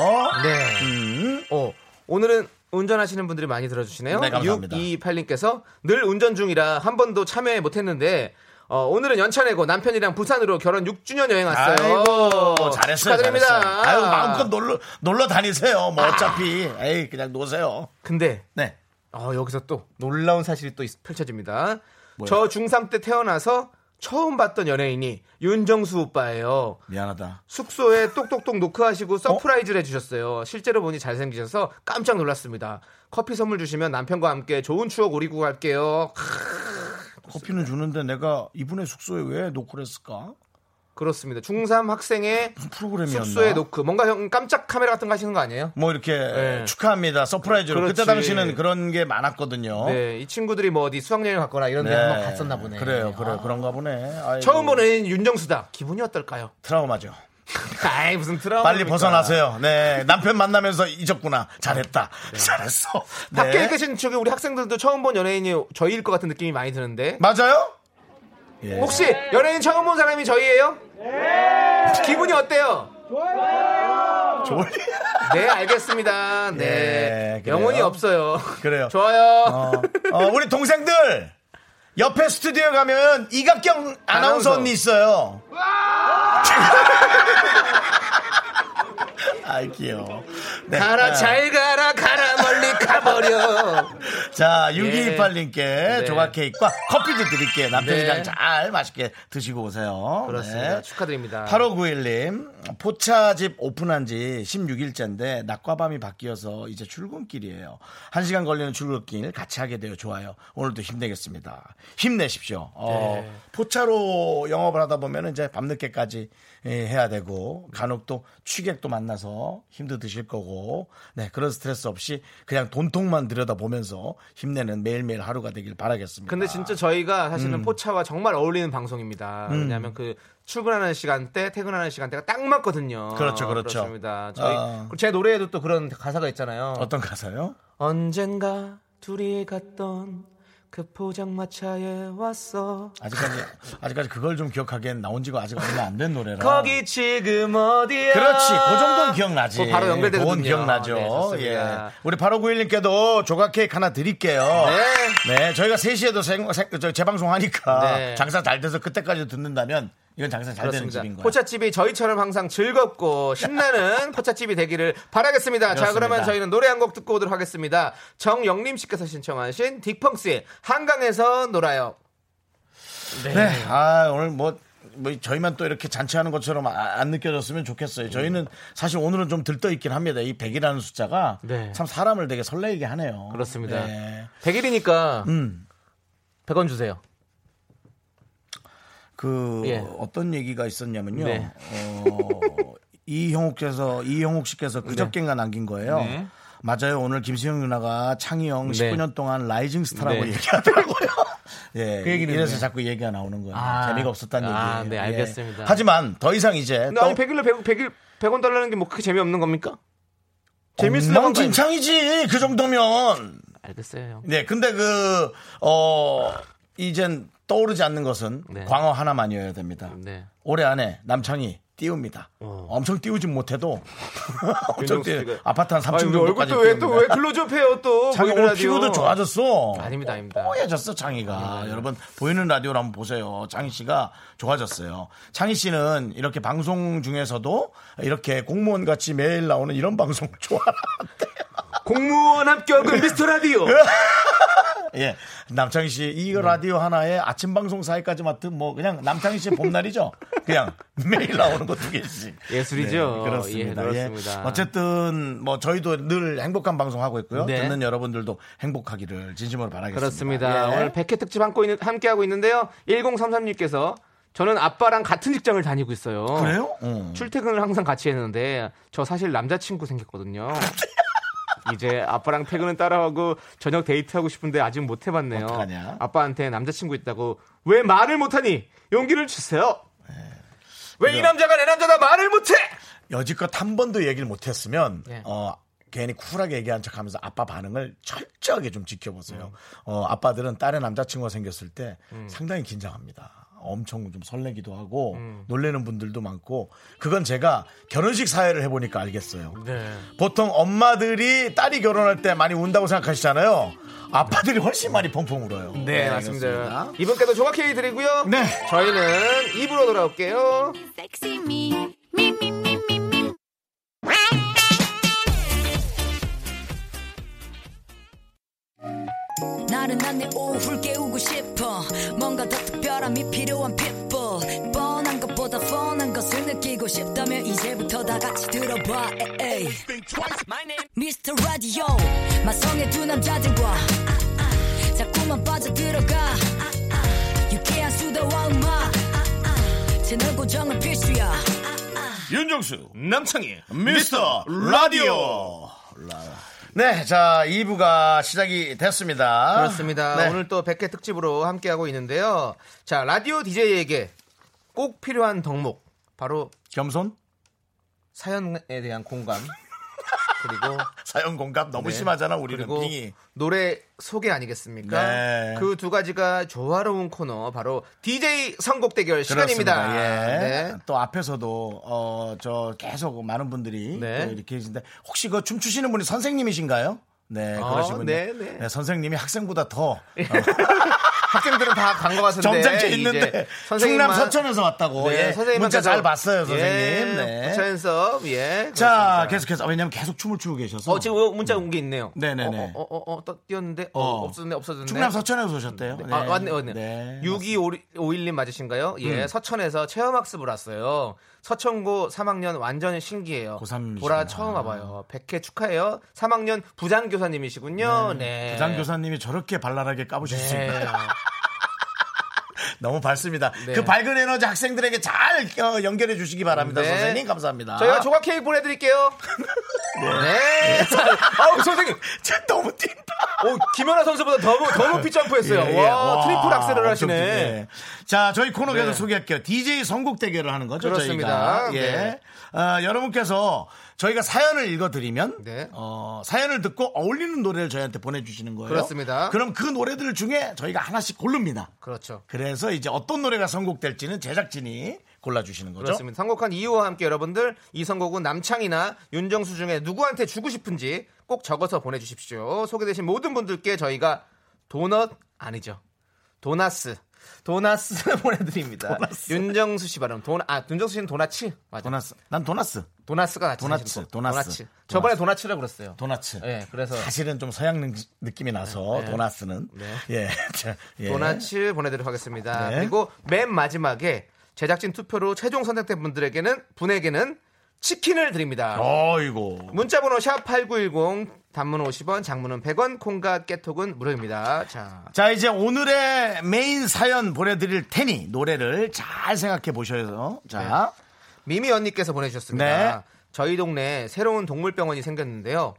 Speaker 2: 네.
Speaker 1: 음,
Speaker 2: 어, 오늘은 운전하시는 분들이 많이 들어주시네요.
Speaker 1: 네, 감사합니다.
Speaker 2: 6228님께서 늘 운전 중이라 한 번도 참여 못했는데 어, 오늘은 연차 내고 남편이랑 부산으로 결혼 6주년 여행 왔어요.
Speaker 1: 아이고, 잘했어요.
Speaker 2: 축하드립니다. 아.
Speaker 1: 잘했어요. 아유, 마음껏 놀러, 놀러 다니세요. 뭐 어차피. 에이, 그냥 노세요.
Speaker 2: 근데
Speaker 1: 네.
Speaker 2: 어, 여기서 또 놀라운 사실이 또 있- 펼쳐집니다.
Speaker 1: 뭐요?
Speaker 2: 저 중3 때 태어나서 처음 봤던 연예인이 윤정수 오빠예요.
Speaker 1: 미안하다.
Speaker 2: 숙소에 똑똑똑
Speaker 1: 어?
Speaker 2: 노크하시고 서프라이즈를 해주셨어요. 실제로 보니 잘생기셔서 깜짝 놀랐습니다. 커피 선물 주시면 남편과 함께 좋은 추억 오리고 갈게요. 크,
Speaker 1: 커피는 주는데 내가 이분의 숙소에 왜 노크를 했을까?
Speaker 2: 그렇습니다. 중3 학생의
Speaker 1: 음. 프로그램이었나?
Speaker 2: 숙소에 노크. 뭔가 형 깜짝 카메라 같은 거 하시는 거 아니에요?
Speaker 1: 뭐 이렇게
Speaker 2: 네.
Speaker 1: 축하합니다. 서프라이즈로. 그때
Speaker 2: 그렇지.
Speaker 1: 당시는 그런 게 많았거든요.
Speaker 2: 네, 이 친구들이 뭐 어디 수학여행 갔거나 이런 데
Speaker 1: 어? 네.
Speaker 2: 한번 갔었나 보네. 아.
Speaker 1: 그래요, 그래요. 그런가 보네. 아이고,
Speaker 2: 처음 보는 윤정수다. 기분이 어떨까요?
Speaker 1: 트라우마죠.
Speaker 2: 아이, 무슨 트라우마.
Speaker 1: 빨리 벗어나세요. 네. 남편 만나면서 잊었구나. 잘했다. 잘했어. 네.
Speaker 2: 밖에 계신 저기 우리 학생들도 처음 본 연예인이 저희일 것 같은 느낌이 많이 드는데.
Speaker 1: 맞아요? 예.
Speaker 2: 네. 혹시 연예인 처음 본 사람이 저희예요? 네. 기분이 어때요?
Speaker 1: 좋을 리-
Speaker 2: 네, 알겠습니다.
Speaker 1: 예,
Speaker 2: 네.
Speaker 1: 그래요?
Speaker 2: 영혼이 없어요.
Speaker 1: 그래요.
Speaker 2: 좋아요.
Speaker 1: 어, 어, 우리 동생들 옆에 스튜디오에 가면 이각경 아나운서
Speaker 2: 아나운서.
Speaker 1: 언니 있어요. 아 귀여워. 네.
Speaker 2: 가라,
Speaker 1: 아,
Speaker 2: 잘 가라, 가라, 멀리 가버려.
Speaker 1: 자 6228님께
Speaker 2: 네.
Speaker 1: 조각 케이크와 커피도 드릴게요. 남편이랑
Speaker 2: 네.
Speaker 1: 잘 맛있게 드시고 오세요. 네.
Speaker 2: 그렇습니다. 축하드립니다.
Speaker 1: 8591님, 포차집 오픈한 지 16일째인데, 낮과 밤이 바뀌어서 이제 출근길이에요. 한시간 걸리는 출근길 같이 하게 되어 좋아요. 오늘도 힘내겠습니다. 힘내십시오. 어,
Speaker 2: 네.
Speaker 1: 포차로 영업을 하다 보면 이제 밤늦게까지 예, 해야 되고, 간혹 또 취객도 만나서 보면서 힘도 드실 거고 네 그런 스트레스 없이 그냥 돈통만 들여다보면서 힘내는 매일매일 하루가 되길 바라겠습니다.
Speaker 2: 근데 진짜 저희가 사실은
Speaker 1: 음.
Speaker 2: 포차와 정말 어울리는 방송입니다. 왜냐하면 그 출근하는 시간대, 퇴근하는 시간대가 딱 맞거든요.
Speaker 1: 그렇죠, 그렇죠.
Speaker 2: 그렇습니다. 저희
Speaker 1: 아.
Speaker 2: 그리고 제 노래에도 또 그런 가사가 있잖아요.
Speaker 1: 어떤 가사요?
Speaker 2: 언젠가 둘이 갔던 그 포장마차에 왔어.
Speaker 1: 아직까지 아직까지 그걸 좀 기억하기엔 나온 지가 아직 얼마 안 된 노래라.
Speaker 2: 거기 지금 어디야?
Speaker 1: 어. 그렇지. 그 정도는 기억나지.
Speaker 2: 그거 바로 연결되거든요.
Speaker 1: 그건 기억나죠.
Speaker 2: 네, 좋습니다.
Speaker 1: 예. 우리 8591님께도 조각 케이크 하나 드릴게요. 네. 저희가 3시에도 생, 생- 저, 재방송 하니까
Speaker 2: 네.
Speaker 1: 장사 잘 돼서 그때까지 듣는다면 이건 장사 잘 되는 집인 거예요.
Speaker 2: 포차집이 저희처럼 항상 즐겁고 신나는 포차집이 되기를 바라겠습니다. 자,
Speaker 1: 그렇습니다.
Speaker 2: 그러면 저희는 노래 한 곡 듣고 오도록 하겠습니다. 정영림 씨께서 신청하신 딕펑스의 한강에서 놀아요.
Speaker 1: 네. 아, 오늘 뭐, 뭐 저희만 또 이렇게 잔치하는 것처럼 아- 안 느껴졌으면 좋겠어요. 저희는 사실 오늘은 좀 들떠 있긴 합니다. 이 100이라는 숫자가
Speaker 2: 네.
Speaker 1: 참 사람을 되게 설레이게 하네요.
Speaker 2: 그렇습니다.
Speaker 1: 네.
Speaker 2: 100일이니까
Speaker 1: 음.
Speaker 2: 100원 주세요.
Speaker 1: 그
Speaker 2: 예.
Speaker 1: 어떤 얘기가 있었냐면요.
Speaker 2: 네.
Speaker 1: 어, 이형욱께서 이형욱 씨께서 그저께인가 남긴 거예요.
Speaker 2: 네.
Speaker 1: 맞아요. 오늘 김수영 누나가 창희형
Speaker 2: 네.
Speaker 1: 19년 동안 라이징 스타라고
Speaker 2: 네.
Speaker 1: 얘기하더라고요. 예,
Speaker 2: 그 얘기는
Speaker 1: 이래서
Speaker 2: 왜?
Speaker 1: 자꾸 얘기가 나오는 거예요.
Speaker 2: 아.
Speaker 1: 재미가 없었다는
Speaker 2: 아,
Speaker 1: 얘기예요.
Speaker 2: 네,
Speaker 1: 예.
Speaker 2: 알겠습니다.
Speaker 1: 하지만 더 이상 이제
Speaker 2: 근데 아니 100일로 100, 100일 100원 달라는 게 뭐 그렇게 재미없는 겁니까? 재밌으려면
Speaker 1: 멍진창이지 그 정도면.
Speaker 2: 알겠어요.
Speaker 1: 네, 근데 그 어, 이젠 떠오르지 않는 것은
Speaker 2: 네.
Speaker 1: 광어 하나만이어야 됩니다.
Speaker 2: 네.
Speaker 1: 올해 안에 남창이 띄웁니다. 엄청 띄우진 못해도 엄청
Speaker 2: 어. 윤정수
Speaker 1: 띄
Speaker 2: 씨가-
Speaker 1: 아파트 한 3층
Speaker 2: 아니, 우리
Speaker 1: 정도까지
Speaker 2: 얼굴도 왜 또 왜
Speaker 1: 띄웁니다.
Speaker 2: 클로즈업해요 또?
Speaker 1: 자기
Speaker 2: 보이는
Speaker 1: 오늘
Speaker 2: 라디오.
Speaker 1: 피부도 좋아졌어.
Speaker 2: 아닙니다, 아, 네. 아닙니다.
Speaker 1: 뽀얘졌어 장이가. 여러분 보이는 라디오로 한번 보세요. 장희 씨가 좋아졌어요. 장희 씨는 이렇게 방송 중에서도 이렇게 공무원 같이 매일 나오는 이런 방송 좋아한대.
Speaker 2: 공무원 합격은 미스터 라디오.
Speaker 1: 예, 남창희 씨 이
Speaker 2: 네.
Speaker 1: 라디오 하나에 아침 방송 사이까지 맡은 뭐 그냥 남창희 씨의 봄날이죠. 그냥 매일 나오는 거 두 개씩.
Speaker 2: 예술이죠.
Speaker 1: 네, 그렇습니다.
Speaker 2: 예,
Speaker 1: 예.
Speaker 2: 그렇습니다.
Speaker 1: 어쨌든 뭐 저희도 늘 행복한 방송 하고 있고요.
Speaker 2: 네.
Speaker 1: 듣는 여러분들도 행복하기를 진심으로 바라겠습니다.
Speaker 2: 그렇습니다.
Speaker 1: 예.
Speaker 2: 오늘 백회 특집 함께, 있는, 함께 하고 있는데요. 1033님께서 저는 아빠랑 같은 직장을 다니고 있어요.
Speaker 1: 그래요? 응.
Speaker 2: 출퇴근을 항상 같이 했는데 저 사실 남자친구 생겼거든요. 이제 아빠랑 퇴근은 따라하고 저녁 데이트하고 싶은데 아직 못 해봤네요.
Speaker 1: 어떡하냐?
Speaker 2: 아빠한테 남자친구 있다고 왜 말을 못하니 용기를 주세요.
Speaker 1: 네.
Speaker 2: 왜 이 남자가 내 남자다 말을 못해?
Speaker 1: 여지껏 한 번도 얘기를 못했으면
Speaker 2: 예.
Speaker 1: 어, 괜히 쿨하게 얘기한 척하면서 아빠 반응을 철저하게 좀 지켜보세요. 어, 아빠들은 딸의 남자친구가 생겼을 때 상당히 긴장합니다. 엄청 좀 설레기도 하고 놀래는 분들도 많고 그건 제가 결혼식 사회를 해보니까 알겠어요. 보통 엄마들이 딸이 결혼할 때 많이 운다고 생각하시잖아요. 아빠들이 훨씬 많이 펑펑 울어요.
Speaker 2: 네, 맞습니다.
Speaker 1: 그렇습니다.
Speaker 2: 이분께도 조각케이 드리고요.
Speaker 1: 네.
Speaker 2: 저희는 입으로 돌아올게요.
Speaker 3: Sexy me, me, me, me, me, me.
Speaker 4: 나른한 내 오후를 깨우고 싶어 뭔가 더 특별함이 필요한 people 뻔한 것보다 뻔한 것을 느끼고 싶다면 이제부터 다 같이 들어봐 에이. Mr. Radio 마성의 두 남자들과 자꾸만 빠져들어가 유쾌한 수다와 음악 채널 고정은 필수야
Speaker 1: 윤정수 남창희 미스터 라디오 네, 자 2부가 시작이 됐습니다.
Speaker 2: 아, 그렇습니다.
Speaker 1: 네.
Speaker 2: 오늘 또 100회 특집으로 함께하고 있는데요. 자, 라디오 DJ에게 꼭 필요한 덕목. 바로
Speaker 1: 겸손
Speaker 2: 사연에 대한 공감. 그리고
Speaker 1: 사연 공감 너무
Speaker 2: 네.
Speaker 1: 심하잖아 우리는
Speaker 2: 그리고
Speaker 1: 빙이.
Speaker 2: 노래 소개 아니겠습니까?
Speaker 1: 네.
Speaker 2: 그 두 가지가 조화로운 코너 바로 DJ 선곡 대결 시간입니다.
Speaker 1: 그렇습니다. 예.
Speaker 2: 네.
Speaker 1: 또 앞에서도 어 저 계속 많은 분들이
Speaker 2: 네.
Speaker 1: 또 이렇게 계신데 혹시 그 춤추시는 분이 선생님이신가요? 네,
Speaker 2: 어,
Speaker 1: 그러시면
Speaker 2: 네, 네.
Speaker 1: 선생님이 학생보다 더
Speaker 2: 학생들은 다 간 것 같은데
Speaker 1: 점잖게
Speaker 2: 이제
Speaker 1: 있는데 충남
Speaker 2: 선생님만-
Speaker 1: 서천에서 왔다고.
Speaker 2: 네,
Speaker 1: 예.
Speaker 2: 선생님만
Speaker 1: 문자
Speaker 2: 가서-
Speaker 1: 잘 봤어요, 선생님.
Speaker 2: 예,
Speaker 1: 네.
Speaker 2: 서천섭 예.
Speaker 1: 자,
Speaker 2: 그렇습니다.
Speaker 1: 계속해서 왜냐면 계속 춤을 추고 계셔서
Speaker 2: 어 지금 문자 온 게 있네요.
Speaker 1: 네네네.
Speaker 2: 어어어 어, 어, 떠- 띄었는데 어,
Speaker 1: 어.
Speaker 2: 없었네 없어졌네.
Speaker 1: 충남 서천에서 오셨대요. 네.
Speaker 2: 아, 왔네, 왔네.
Speaker 1: 네. 음.
Speaker 2: 6251님 맞으신가요? 예, 서천에서 체험학습을 왔어요. 서천고 3학년 완전 신기해요.
Speaker 1: 고삼이시구나.
Speaker 2: 보라 처음 와봐요. 100회 축하해요. 3학년 부장교사님이시군요. 네.
Speaker 1: 부장교사님이 저렇게 발랄하게 까부실 수
Speaker 2: 네.
Speaker 1: 있나요? 너무 밝습니다.
Speaker 2: 네.
Speaker 1: 그 밝은 에너지 학생들에게 잘 어, 연결해 주시기 바랍니다.
Speaker 2: 네.
Speaker 1: 선생님 감사합니다.
Speaker 2: 저희가 조각 케이크 보내드릴게요. 네. 아우, 선생님.
Speaker 1: 쟤 너무 뛴다.
Speaker 2: 오, 김연아 선수보다 더, 뭐, 더 높이 점프했어요.
Speaker 1: 예, 예.
Speaker 2: 와, 트리플 악셀을
Speaker 1: 엄청
Speaker 2: 하시네.
Speaker 1: 뛰네. 자, 저희 코너 계속
Speaker 2: 네.
Speaker 1: 소개할게요. DJ 선곡 대결을 하는 거죠,
Speaker 2: 그렇습니다.
Speaker 1: 저희가. 예.
Speaker 2: 네.
Speaker 1: 아, 여러분께서 저희가 사연을 읽어드리면
Speaker 2: 네.
Speaker 1: 어, 사연을 듣고 어울리는 노래를 저희한테 보내주시는 거예요.
Speaker 2: 그렇습니다.
Speaker 1: 그럼 그 노래들 중에 저희가 하나씩 고릅니다.
Speaker 2: 그렇죠.
Speaker 1: 그래서 이제 어떤 노래가 선곡될지는 제작진이 골라주시는 거죠.
Speaker 2: 그렇습니다. 선곡한 이유와 함께 여러분들 이 선곡은 남창이나 윤정수 중에 누구한테 주고 싶은지 꼭 적어서 보내주십시오. 소개되신 모든 분들께 저희가 도넛 아니죠. 도나스. 도나스 보내드립니다. 윤정수 씨 발음. 도나, 아, 윤정수 씨는 도나츠? 맞아. 도나,
Speaker 1: 도나스. 난 도나스.
Speaker 2: 도나스가 같이
Speaker 1: 도나츠,
Speaker 2: 생긴 거.
Speaker 1: 도나스.
Speaker 2: 도나츠. 저번에 도나츠라 그랬어요.
Speaker 1: 도나츠.
Speaker 2: 예, 그래서
Speaker 1: 사실은 좀 서양 느- 느낌이 나서 도나스는
Speaker 2: 네.
Speaker 1: 예, 자, 예.
Speaker 2: 도나츠 보내드리도록 하겠습니다.
Speaker 1: 네.
Speaker 2: 그리고 맨 마지막에 제작진 투표로 최종 선택된 분들에게는 분에게는 치킨을 드립니다.
Speaker 1: 어이고
Speaker 2: 문자번호 샵8910 단문 50원 장문은 100원 콩과 깨톡은 무료입니다 자
Speaker 1: 자 이제 오늘의 메인 사연 보내드릴 테니 노래를 잘 생각해 보셔요. 자
Speaker 2: 미미 언니께서 보내주셨습니다
Speaker 1: 네.
Speaker 2: 저희 동네에 새로운 동물병원이 생겼는데요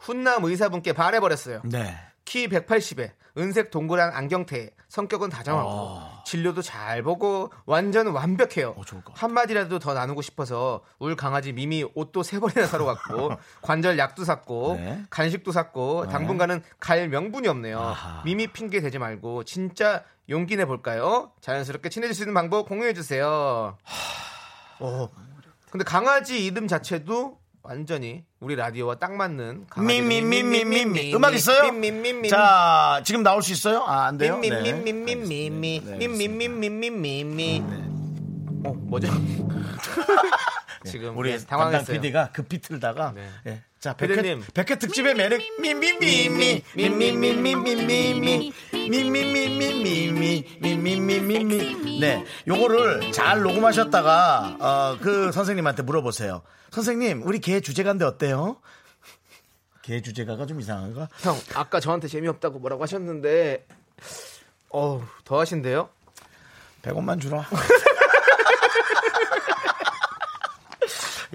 Speaker 2: 훈남 의사분께 반해버렸어요
Speaker 1: 네.
Speaker 2: 키 180에 은색 동그란 안경테에 성격은 다정하고 진료도 잘 보고 완전 완벽해요.
Speaker 1: 좋을 것 같아.
Speaker 2: 한마디라도 더 나누고 싶어서 울 강아지 미미 옷도 세 번이나 사러 갔고 관절 약도 샀고
Speaker 1: 네.
Speaker 2: 간식도 샀고 당분간은 갈 명분이 없네요. 미미 핑계 대지 말고 진짜 용기 내 볼까요? 자연스럽게 친해질 수 있는 방법 공유해 주세요. 어. 근데 강아지 이름 자체도 완전히 우리 라디오와 딱 맞는 강아지
Speaker 1: 미미미미미미 음악 있어요? 자 지금 나올 수 있어요? 아, 안 돼요? 네.
Speaker 2: 미미미미미미미미미미미미미미미 어 뭐죠? 지금
Speaker 1: 네.
Speaker 2: 네,
Speaker 1: 우리 담당
Speaker 2: 당황했어요.
Speaker 1: PD가 그 비틀다가
Speaker 2: 네.
Speaker 1: 예. 자 백회
Speaker 2: 피디님.
Speaker 1: 백회 특집의 매력 미미미미 미미미미미미미 미미미미미미미미미미미 네 요거를 잘 녹음하셨다가 어, 그 선생님한테 물어보세요 선생님 우리 개 주제가인데 어때요? 개 주제가가 좀 이상한가?
Speaker 2: 형 아까 저한테 재미없다고 뭐라고 하셨는데 어우 더 하신대요?
Speaker 1: 100원만 주라.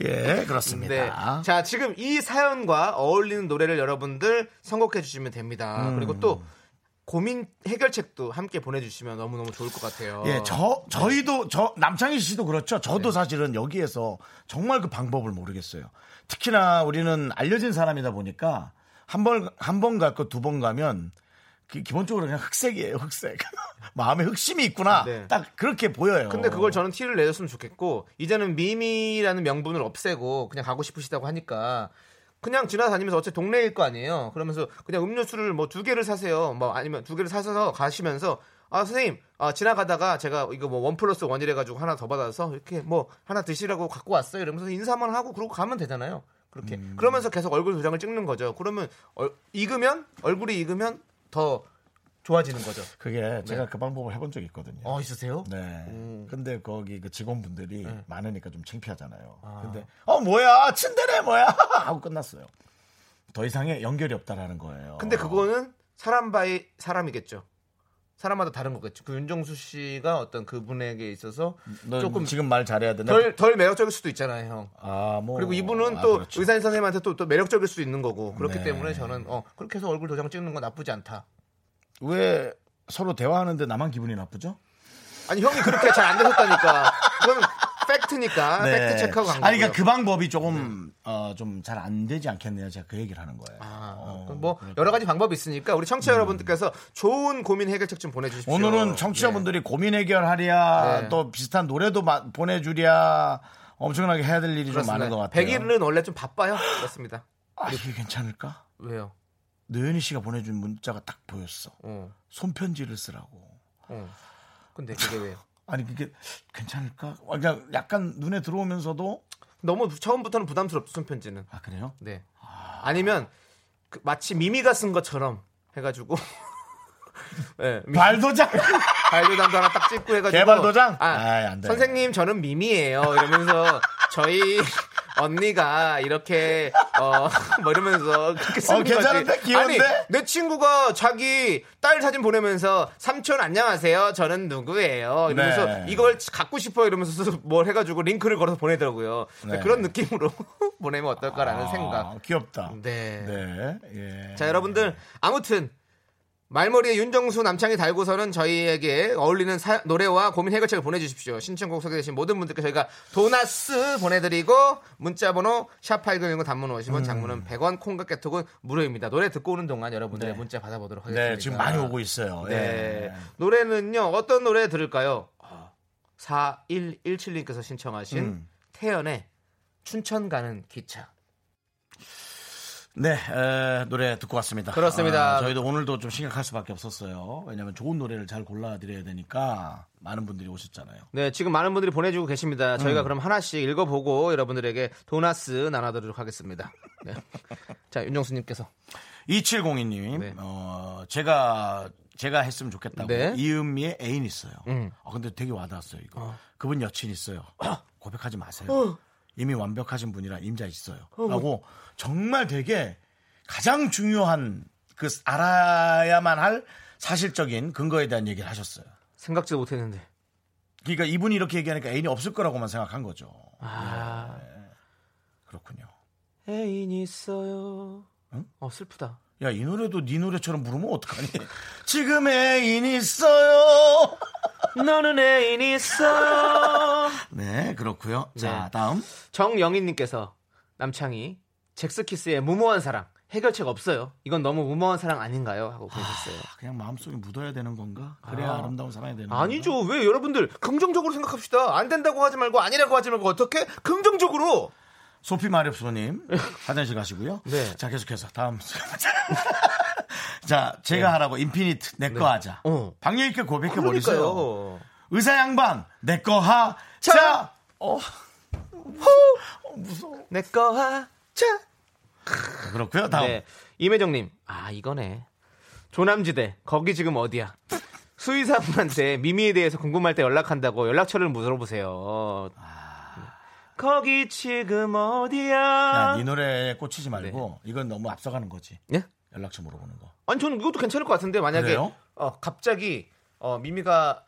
Speaker 1: 예, 그렇습니다.
Speaker 2: 네. 자, 지금 이 사연과 어울리는 노래를 여러분들 선곡해 주시면 됩니다.
Speaker 1: 음.
Speaker 2: 그리고 또 고민 해결책도 함께 보내주시면 너무너무 좋을 것 같아요.
Speaker 1: 예, 저 저희도 저 남창희 씨도 그렇죠. 저도
Speaker 2: 예.
Speaker 1: 사실은 여기에서 정말 그 방법을 모르겠어요. 특히나 우리는 알려진 사람이다 보니까 한 번 한 번 갔고 두 번 가면 기, 본적으로 그냥 흑색이에요, 흑색. 마음에 흑심이 있구나.
Speaker 2: 네.
Speaker 1: 딱 그렇게 보여요.
Speaker 2: 근데 그걸 저는 티를 내줬으면 좋겠고 이제는 미미라는 명분을 없애고 그냥 가고 싶으시다고 하니까 그냥 지나다니면서 어차피 동네일 거 아니에요. 그러면서 그냥 음료수를 뭐 두 개를 사세요. 뭐 아니면 두 개를 사서 가시면서 아 선생님 아 지나가다가 제가 이거 뭐 원 플러스 원이래 가지고 하나 더 받아서 이렇게 뭐 하나 드시라고 갖고 왔어요. 이러면서 인사만 하고 그러고 가면 되잖아요. 그렇게 그러면서 계속 얼굴 도장을 찍는 거죠. 그러면 얼- 익으면 얼굴이 익으면 더 좋아지는 거죠.
Speaker 1: 그게 제가 그 방법을 해본 적이 있거든요.
Speaker 2: 네. 어 음. 있으세요?
Speaker 1: 네. 근데 거기 그 직원분들이
Speaker 2: 네.
Speaker 1: 많으니까 좀 창피하잖아요. 근데 어 뭐야 친데네 뭐야 하고 끝났어요. 더 이상의 연결이 없다라는 거예요.
Speaker 2: 근데 그거는 사람 바이 사람이겠죠. 사람마다 다른 거겠죠. 그 윤정수 씨가 어떤 그분에게 있어서
Speaker 1: 음, 넌
Speaker 2: 조금
Speaker 1: 지금 말 잘해야 되나?
Speaker 2: 덜, 덜 매력적일 수도 있잖아요, 형.
Speaker 1: 아, 뭐.
Speaker 2: 그리고 이분은
Speaker 1: 아,
Speaker 2: 또
Speaker 1: 그렇죠.
Speaker 2: 의사 선생님한테 또, 또 매력적일 수 있는 거고 그렇기
Speaker 1: 네.
Speaker 2: 때문에 저는 어 그렇게 해서 얼굴 도장 찍는 건 나쁘지 않다.
Speaker 1: 왜 서로 대화하는데 나만 기분이 나쁘죠?
Speaker 2: 아니 형이 그렇게 잘 안 되셨다니까. 그건 아, 팩트니까 팩트 체크하고
Speaker 1: 네.
Speaker 2: 간 거예요. 네.
Speaker 1: 아니, 그러니까 그 방법이 조금 어, 좀 잘 안 되지 않겠네요. 제가 그 얘기를 하는 거예요.
Speaker 2: 아,
Speaker 1: 어, 음.
Speaker 2: 그럼 뭐 여러 가지 방법이 있으니까 우리 청취자 여러분들께서 좋은 고민 해결책 좀 보내주십시오.
Speaker 1: 오늘은 청취자분들이 고민 해결하랴
Speaker 2: 그렇죠. 네.
Speaker 1: 또 비슷한 노래도 마- 보내주랴 엄청나게 해야 될 일이
Speaker 2: 네, 그렇습니다.
Speaker 1: 좀 많은 것 같아요.
Speaker 2: 100일은 원래 좀 바빠요. 그렇습니다.
Speaker 1: 아, 이게 괜찮을까?
Speaker 2: 왜요?
Speaker 1: 노현희 씨가 보내준 문자가 딱 보였어.
Speaker 2: 어.
Speaker 1: 손편지를 쓰라고.
Speaker 2: 어. 근데 그게 왜요?
Speaker 1: 아니 그게 괜찮을까? 아, 그냥 약간 눈에 들어오면서도
Speaker 2: 너무 처음부터는 부담스럽죠 손편지는.
Speaker 1: 아 그래요?
Speaker 2: 네. 아니면 그 마치 미미가 쓴 것처럼 해가지고. 예. 미-
Speaker 1: 발도장.
Speaker 2: 발도장도 하나 딱 찍고 해가지고.
Speaker 1: 개발도장?
Speaker 2: 아,
Speaker 1: 아이, 안 돼.
Speaker 2: 선생님 저는 미미예요. 이러면서 저희 언니가 이렇게 어뭐 이러면서 그렇게 쓰는
Speaker 1: 어, 괜찮은데?
Speaker 2: 거지.
Speaker 1: 귀여운데?
Speaker 2: 아니, 내 친구가 자기 딸 사진 보내면서 삼촌 안녕하세요. 저는 누구예요. 이러면서
Speaker 1: 네.
Speaker 2: 이걸 갖고 싶어 이러면서 뭘 해가지고 링크를 걸어서 보내더라고요.
Speaker 1: 네.
Speaker 2: 그런 느낌으로 보내면 어떨까라는 생각.
Speaker 1: 아, 귀엽다.
Speaker 2: 네.
Speaker 1: 네. 예.
Speaker 2: 자 여러분들 아무튼 말머리에 윤정수 남창이 달고서는 저희에게 어울리는 사- 노래와 고민 해결책을 보내주십시오. 신청곡 소개되신 모든 분들께 저희가 도나스 보내드리고 문자번호 샵8910 단문 50원
Speaker 1: 음.
Speaker 2: 장문은 100원 콩과 깨톡은 무료입니다. 노래 듣고 오는 동안 여러분들의 문자 받아보도록 하겠습니다.
Speaker 1: 네, 지금 많이 오고 있어요.
Speaker 2: 네.
Speaker 1: 예.
Speaker 2: 노래는요 어떤 노래 들을까요?
Speaker 1: 아.
Speaker 2: 4117님께서 신청하신
Speaker 1: 음.
Speaker 2: 태연의 춘천 가는 기차
Speaker 1: 네, 에, 노래 듣고 왔습니다.
Speaker 2: 그렇습니다.
Speaker 1: 아, 저희도 오늘도 좀 심각할 수밖에 없었어요. 왜냐하면 좋은 노래를 잘 골라드려야 되니까 많은 분들이 오셨잖아요.
Speaker 2: 네, 지금 많은 분들이 보내주고 계십니다. 저희가 그럼 하나씩 읽어보고 여러분들에게 도나스 나눠드리도록 하겠습니다. 네. 자, 윤정수님께서.
Speaker 1: 2702님,
Speaker 2: 네.
Speaker 1: 어, 제가 제가 했으면 좋겠다고
Speaker 2: 네. 음.
Speaker 1: 이은미의 애인 있어요. 아 근데 되게 와닿았어요 이거. 그분 여친 있어요. 고백하지 마세요. 이미 완벽하신 분이라 임자 있어요. 라고 정말 되게 가장 중요한 그 알아야만 할 사실적인 근거에 대한 얘기를 하셨어요.
Speaker 2: 생각지도 못했는데.
Speaker 1: 그러니까 이분이 이렇게 얘기하니까 애인이 없을 거라고만 생각한 거죠.
Speaker 2: 아,
Speaker 1: 그렇군요.
Speaker 2: 애인 있어요. 어, 슬프다.
Speaker 1: 야, 이 노래도 네 노래처럼 부르면 어떡하니? 지금 애인 있어요.
Speaker 2: 너는 애인 있어요.
Speaker 1: 네, 그렇고요. 자,
Speaker 2: 네.
Speaker 1: 다음.
Speaker 2: 정영인님께서 남창이 잭스키스의 무모한 사랑. 해결책 없어요. 이건 너무 무모한 사랑 아닌가요? 하고 보내셨어요.
Speaker 1: 아, 그냥 마음속에 묻어야 되는 건가? 그래야
Speaker 2: 아.
Speaker 1: 아. 름다운 사랑이 되는 건가?
Speaker 2: 아니죠. 왜 여러분들 긍정적으로 생각합시다. 안 된다고 하지 말고 아니라고 하지 말고 어떻게 긍정적으로
Speaker 1: 소피 마렵소님 화장실 가시고요.
Speaker 2: 네.
Speaker 1: 자, 계속해서 다음. 자, 제가 하라고 인피니트 내 거 하자.
Speaker 2: 네. 어.
Speaker 1: 방역 있게 고백해 버리세요.
Speaker 2: 그러니까요.
Speaker 1: 의사 양반 내 거 하자.
Speaker 2: 자.
Speaker 1: 어,
Speaker 2: 내꺼 하자.
Speaker 1: 그렇고요. 다음.
Speaker 2: 네. 임혜정님. 아, 이거네. 조남지대. 거기 지금 어디야? 수의사분한테 미미에 대해서 궁금할 때 연락한다고 연락처를 물어보세요. 거기 지금 어디야? 아.
Speaker 1: 야, 네 노래에 꽂히지 말고
Speaker 2: 네.
Speaker 1: 이건 너무 앞서가는 거지.
Speaker 2: 예?
Speaker 1: 연락처 물어보는 거.
Speaker 2: 아니 저는 이것도 괜찮을 것 같은데 만약에
Speaker 1: 그래요?
Speaker 2: 어, 갑자기 어, 미미가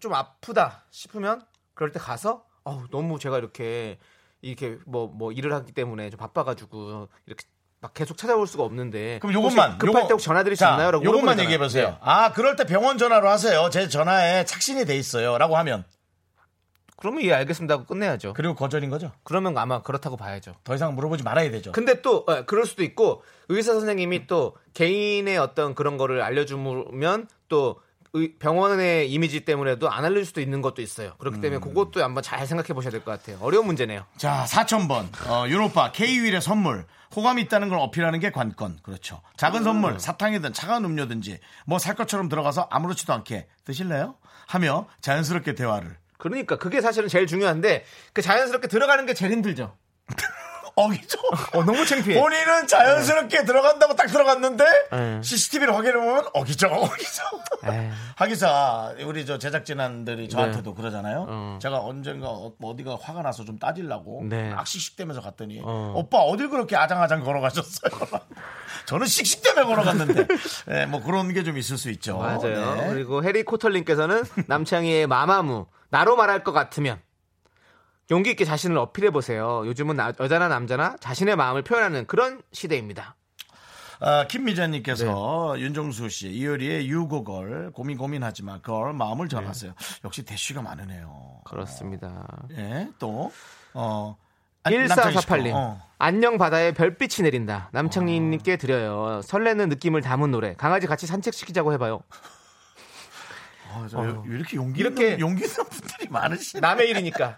Speaker 2: 좀 아프다 싶으면 그럴 때 가서 어우, 너무 제가 이렇게 이렇게 뭐 뭐 일을 하기 때문에 좀 바빠가지고 이렇게 막 계속 찾아올 수가 없는데
Speaker 1: 그럼 요것만
Speaker 2: 혹시 급할
Speaker 1: 요거-
Speaker 2: 때 혹시 전화드릴 수
Speaker 1: 자,
Speaker 2: 있나요?라고 네.
Speaker 1: 요것만 얘기해 보세요. 아 그럴 때 병원 전화로 하세요. 제 전화에 착신이 돼 있어요라고 하면
Speaker 2: 그러면 예 알겠습니다 하고 끝내야죠.
Speaker 1: 어, 그리고 거절인 거죠.
Speaker 2: 그러면 아마 그렇다고 봐야죠.
Speaker 1: 더 이상 물어보지 말아야 되죠.
Speaker 2: 근데 또 어, 그럴 수도 있고 의사 선생님이 또 개인의 어떤 그런 거를 알려주면 또 의- 병원의 이미지 때문에도 안 알려줄 수도 있는 것도 있어요. 그렇기
Speaker 1: 음.
Speaker 2: 때문에 그것도 한번 잘 생각해 보셔야 될 것 같아요. 어려운 문제네요.
Speaker 1: 자 4,000번 어, 유로파 K윌의 선물 호감이 있다는 걸 어필하는 게 관건 그렇죠. 작은 선물 사탕이든 차가운 음료든지 뭐 살 것처럼 들어가서 아무렇지도 않게 드실래요? 하며 자연스럽게 대화를
Speaker 2: 그러니까 그게 사실은 제일 중요한데 그 자연스럽게 들어가는 게 제일 힘들죠.
Speaker 1: 어기죠.
Speaker 2: 어, 너무 창피해.
Speaker 1: 본인은 자연스럽게 들어간다고 딱 들어갔는데
Speaker 2: 네.
Speaker 1: CCTV를 확인해 보면 어기죠, 어기죠. 하기사 우리 저 제작진한들이 저한테도 그러잖아요.
Speaker 2: 네. 어.
Speaker 1: 제가 언젠가 어- 어디가 화가 나서 좀 따질라고
Speaker 2: 네.
Speaker 1: 막 씩씩대면서 갔더니
Speaker 2: 어.
Speaker 1: 오빠 어딜 그렇게 아장아장 걸어가셨어요? 저는 씩씩대며 걸어갔는데 네, 뭐 그런 게 좀 있을 수 있죠.
Speaker 2: 맞아요.
Speaker 1: 네.
Speaker 2: 그리고 해리 코털님께서는 남창희의 마마무 나로 말할 것 같으면 용기 있게 자신을 어필해 보세요. 요즘은 나- 여자나 남자나 자신의 마음을 표현하는 그런 시대입니다.
Speaker 1: 아, 김미자님께서
Speaker 2: 네.
Speaker 1: 윤정수 씨 이효리의 유고걸 고민 고민하지만 걸
Speaker 2: 네.
Speaker 1: 마음을 전하세요. 역시 대쉬가 많으네요.
Speaker 2: 그렇습니다.
Speaker 1: 예, 또, 어, 아, 남창희 씨 거.
Speaker 2: 1448님.
Speaker 1: 어.
Speaker 2: 안녕 바다에 별빛이 내린다. 남창희님께 드려요. 설레는 느낌을 담은 노래. 강아지 같이 산책시키자고 해봐요.
Speaker 1: 아, 저 요- 이렇게 용기
Speaker 2: 어. 이렇게-
Speaker 1: 있는, 용기 있는 분들이 많으시네.
Speaker 2: 남의 일이니까.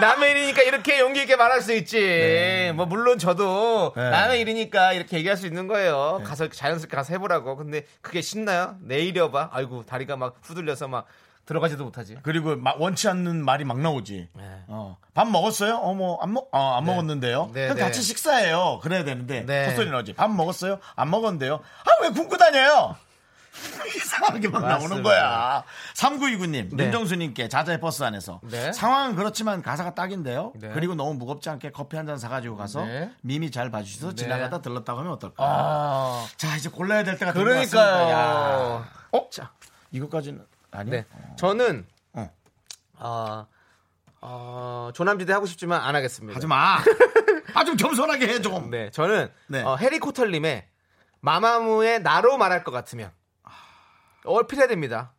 Speaker 2: 남의 일이니까 이렇게 용기 있게 말할 수 있지. 뭐 물론 저도
Speaker 1: 네.
Speaker 2: 남의 일이니까 이렇게 얘기할 수 있는 거예요. 가서 이렇게 자연스럽게 가서 해보라고. 근데 그게 쉽나요? 내일여봐. 아이고 다리가 막 후들려서 막 들어가지도 못하지.
Speaker 1: 그리고 마- 원치 않는 말이 막 나오지.
Speaker 2: 네.
Speaker 1: 어, 밥 먹었어요? 어, 뭐, 안 먹, 어, 안 먹었는데요?
Speaker 2: 네,
Speaker 1: 그럼
Speaker 2: 네.
Speaker 1: 같이 식사해요. 그래야 되는데.
Speaker 2: 네.
Speaker 1: 헛소리 나오지. 밥 먹었어요? 안 먹었는데요? 아, 왜 굶고 다녀요? 이상하게 막 나오는
Speaker 2: 맞습니다.
Speaker 1: 거야. 3929님,
Speaker 2: 네.
Speaker 1: 윤정수님께 자자의 버스 안에서
Speaker 2: 네.
Speaker 1: 상황은 그렇지만 가사가 딱인데요.
Speaker 2: 네.
Speaker 1: 그리고 너무 무겁지 않게 커피 한 잔 사가지고 가서
Speaker 2: 네.
Speaker 1: 미미 잘 봐주셔서
Speaker 2: 네.
Speaker 1: 지나가다 들렀다고 하면 어떨까?
Speaker 2: 아,
Speaker 1: 자, 이제 골라야 될 때가 된것 같습니다. 야,
Speaker 2: 그러니까요. 어? 자,
Speaker 1: 이것까지는 아니요.
Speaker 2: 네. 저는,
Speaker 1: 어.
Speaker 2: 아, 어, 조남지대 하고 싶지만 안 하겠습니다.
Speaker 1: 하지 마. 아 좀 겸손하게 해 좀.
Speaker 2: 네, 저는
Speaker 1: 네.
Speaker 2: 어, 해리 코털님의 마마무의 나로 말할 것 같으면
Speaker 1: 아.
Speaker 2: 어필해야 됩니다.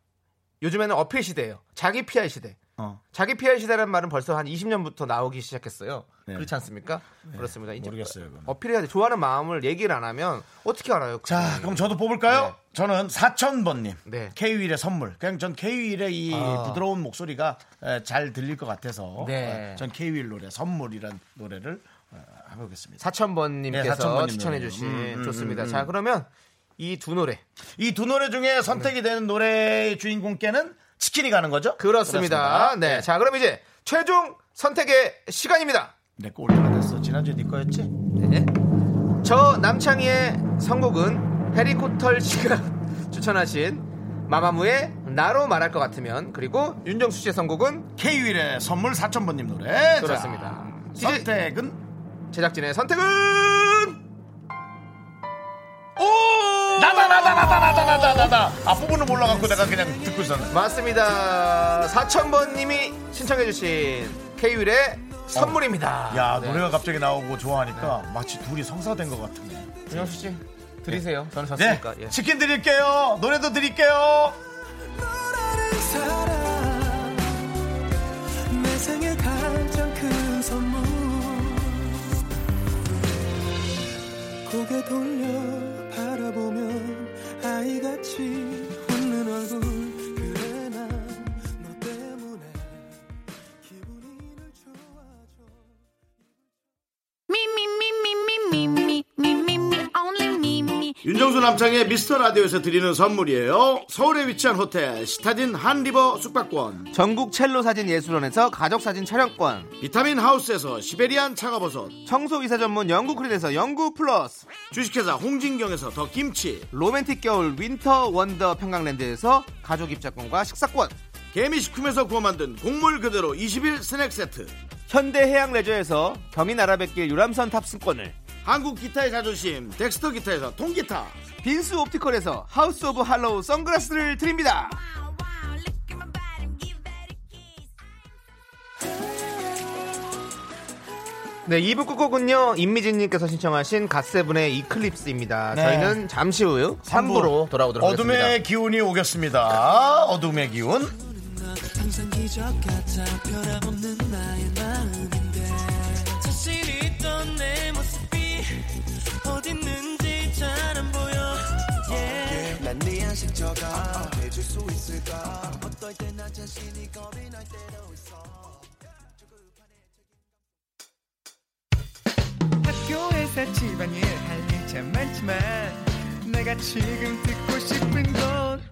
Speaker 2: 요즘에는 어필 시대예요. 자기 PR 시대.
Speaker 1: 어.
Speaker 2: 자기 PR 시대라는 말은 벌써 한 20년부터 나오기 시작했어요.
Speaker 1: 네.
Speaker 2: 그렇지 않습니까? 그렇습니다. 이제
Speaker 1: 모르겠어요, 그건.
Speaker 2: 어필해야 돼. 좋아하는 마음을 얘기를 안 하면 어떻게 알아요?
Speaker 1: 자,
Speaker 2: 그분이?
Speaker 1: 그럼 저도 뽑을까요?
Speaker 2: 네.
Speaker 1: 저는 4,000번님.
Speaker 2: 네.
Speaker 1: K-윌의 선물. 그냥 전 K-윌의 이
Speaker 2: 아.
Speaker 1: 부드러운 목소리가 에, 잘 들릴 것 같아서.
Speaker 2: 네.
Speaker 1: 어, 전 K-윌 노래, 선물이란 노래를 어, 해보겠습니다.
Speaker 2: 4000번님께서
Speaker 1: 네, 4000번 님 노래요.
Speaker 2: 추천해주신
Speaker 1: 음, 음,
Speaker 2: 좋습니다. 자, 그러면 이 두 노래
Speaker 1: 이 두 노래 중에 선택이 되는 노래의 주인공께는 치킨이 가는 거죠?
Speaker 2: 네. 그렇습니다.
Speaker 1: 예.
Speaker 2: 네. 자, 그럼 이제 최종 선택의 시간입니다.
Speaker 1: 내거 올려가 됐어. 지난주에 네 거였지?
Speaker 2: 네. 저 남창희의 선곡은 해리코털 씨가 추천하신 마마무의 나로 말할 것 같으면 그리고 윤정수 씨의 선곡은
Speaker 1: K-윌의 선물 4,000번님 노래.
Speaker 2: 그렇습니다.
Speaker 1: 자, 선택은
Speaker 2: 제작진의 선택은 오
Speaker 1: 나다, 나다, 나다, 나다, 나다, 나다. 아, 앞부분은 몰라갖고 내가 그냥 듣고 있었네.
Speaker 2: 맞습니다. 4천번님이 신청해주신 케이윌의 선물입니다.
Speaker 1: 어. 야
Speaker 2: 네.
Speaker 1: 노래가 갑자기 나오고 좋아하니까 마치 둘이 성사된 것 같은데.
Speaker 2: 윤정수 씨 드리세요. 저는
Speaker 1: 네,
Speaker 2: 졌으니까. 예.
Speaker 1: 치킨 드릴게요. 노래도 드릴게요.
Speaker 5: 너라는 사람 내 생에 가장 큰 선물 고개 돌려 바라보면 아이같이 웃는 얼굴 그래 난 너 때문에 기분이 늘 좋아져
Speaker 3: Me, me, me, me, me, me, me, me, me, me, only me, me.
Speaker 1: 윤정수 남창의 미스터 라디오에서 드리는 선물이에요. 서울에 위치한 호텔 시타딘 한리버 숙박권,
Speaker 2: 전국 첼로 사진 예술원에서 가족 사진 촬영권,
Speaker 1: 비타민 하우스에서 시베리안 차가버섯,
Speaker 2: 청소 이사 전문 영국 크린에서 영국 플러스,
Speaker 1: 주식회사 홍진경에서 더 김치,
Speaker 2: 로맨틱 겨울 윈터 원더 평강랜드에서 가족 입장권과 식사권,
Speaker 1: 개미식품에서 구워 만든 곡물 그대로 20일 스낵 세트,
Speaker 2: 현대 해양 레저에서 경인 아라뱃길 유람선 탑승권을,
Speaker 1: 한국 기타의 자존심 덱스터 기타에서 통기타,
Speaker 2: 빈스 옵티컬에서 하우스 오브 할로우 선글라스를 드립니다.
Speaker 3: Wow, wow, look at my body, give that a kiss.
Speaker 2: 네, 2부 끝곡은요, 임미진님께서 신청하신 갓세븐의 이클립스입니다.
Speaker 1: 네.
Speaker 2: 저희는 잠시 후 3부로 돌아오도록
Speaker 1: 어둠의
Speaker 2: 하겠습니다.
Speaker 1: 기운이 오겠습니다. 어둠의 기운.
Speaker 5: 항상 기적 같아 변함없는 나의 마음인데 자신 있던 내 모습이 어딨는지 잘 안 보여 난네 안식 저가 해줄 수 있을까 어떨 때 나 자신이 겁이 날 때도 있어
Speaker 6: 학교에서 집안일 할 일 참 많지만 내가 지금 듣고 싶은 건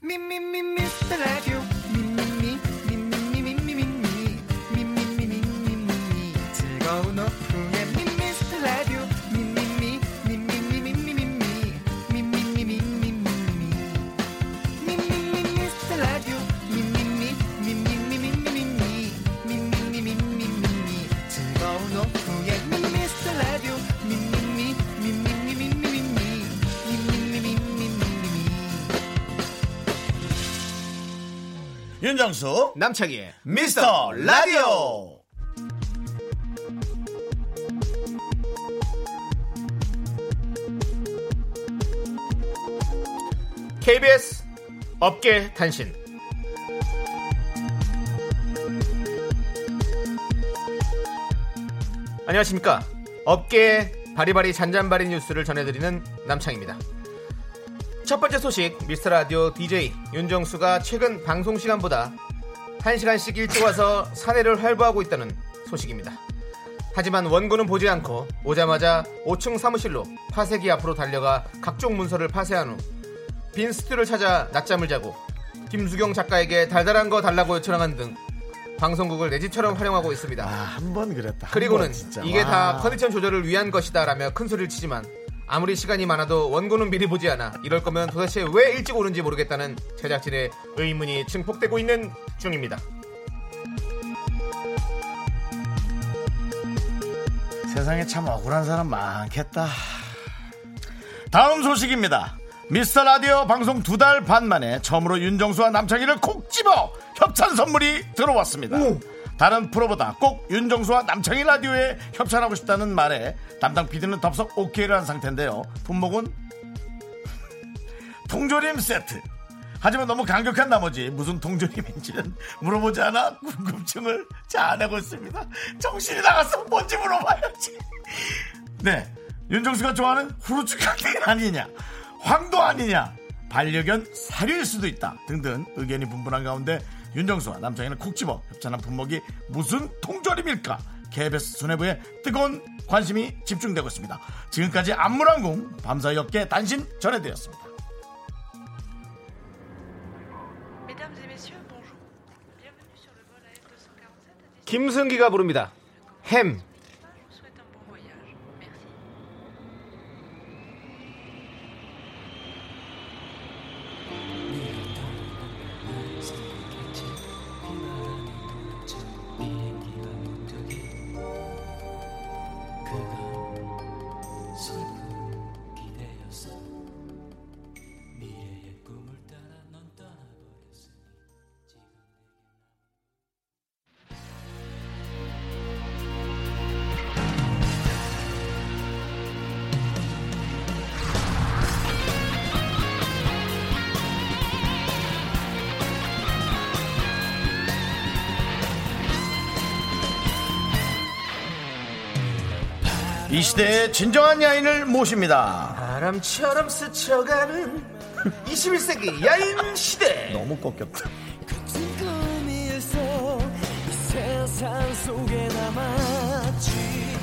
Speaker 6: 미미미 미스터 라디오 미미미 미미미 미미미 미미미 미미미 즐거운 오후에 미스터 라디오 미미미 미미미 미미미 미미미 미미미
Speaker 1: 윤정수
Speaker 2: 남창희의
Speaker 1: 미스터 라디오
Speaker 2: KBS 업계 탄신. 안녕하십니까. 업계의 바리바리 잔잔바리 뉴스를 전해드리는 남창입니다. 첫 번째 소식, 미스터 라디오 DJ 윤정수가 최근 방송 시간보다 1시간씩 일찍 와서 사내를 활보하고 있다는 소식입니다. 하지만 원고는 보지 않고 오자마자 5층 사무실로 파쇄기 앞으로 달려가 각종 문서를 파쇄한 후 빈 스튜를 찾아 낮잠을 자고 김수경 작가에게 달달한 거 달라고 요청한 등 방송국을 내 집처럼 활용하고 있습니다.
Speaker 1: 아, 한 번 그랬다. 한
Speaker 2: 그리고는
Speaker 1: 번 진짜.
Speaker 2: 이게
Speaker 1: 와.
Speaker 2: 다 컨디션 조절을 위한 것이다라며 큰 소리를 치지만 아무리 시간이 많아도 원고는 미리 보지 않아. 이럴 거면 도대체 왜 일찍 오는지 모르겠다는 제작진의 의문이 증폭되고 있는 중입니다.
Speaker 1: 세상에 참 억울한 사람 많겠다. 다음 소식입니다. 미스터 라디오 방송 두 달 반 만에 처음으로 윤정수와 남창희를 콕 집어 협찬 선물이 들어왔습니다. 다른 프로보다 꼭 윤정수와 남창희 라디오에 협찬하고 싶다는 말에 담당 PD는 덥석 오케이를 한 상태인데요. 품목은 통조림 세트. 하지만 너무 강력한 나머지 무슨 통조림인지는 물어보지 않아 궁금증을 자아내고 있습니다. 정신이 나갔으면 뭔지 물어봐야지. 네. 윤정수가 좋아하는 후루츠 칵테일 아니냐. 황도 아니냐. 반려견 사료일 수도 있다. 등등 의견이 분분한 가운데 윤정수와 남창희는 콕 집어 협찬한 품목이 무슨 통조림일까? KBS 수뇌부의 뜨거운 관심이 집중되고 있습니다. 지금까지 안무랑궁 밤사이 업계 단신 전해드렸습니다.
Speaker 2: 김승기가 부릅니다. 햄.
Speaker 1: 이 시대의 진정한 야인을 모십니다.
Speaker 2: 바람처럼 스쳐가는 21세기 야인 시대.
Speaker 1: 아, 너무 꺾였다.
Speaker 5: 지금이서 이 세상 속에 남았지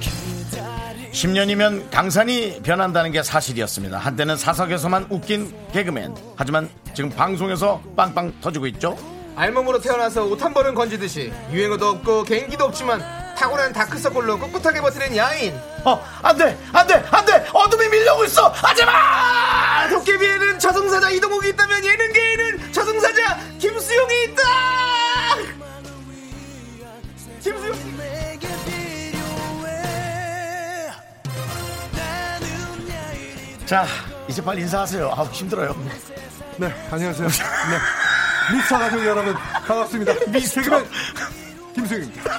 Speaker 5: 기다리
Speaker 1: 10년이면 강산이 변한다는 게 사실이었습니다. 한때는 사석에서만 웃긴 개그맨. 하지만 지금 방송에서 빵빵 터지고 있죠.
Speaker 2: 알몸으로 태어나서 옷 한 벌은 건지듯이 유행어도 없고 개인기도 없지만 탁월한 다크서클로 꿋꿋하게 버티는 야인.
Speaker 1: 어, 안 돼! 안 돼! 안 돼! 어둠이 밀려오고 있어! 하지마!
Speaker 2: 도깨비에는 저승사자 이동욱이 있다면 예능계에는 저승사자 김수용이 있다. 김수용.
Speaker 5: 내게 필요해 나는 야인이
Speaker 1: 자, 이제 빨리 인사하세요. 아우, 힘들어요.
Speaker 7: 네, 안녕하세요. 네. 미스터 가족 여러분, 반갑습니다. 미스터 개그맨 김수영입니다.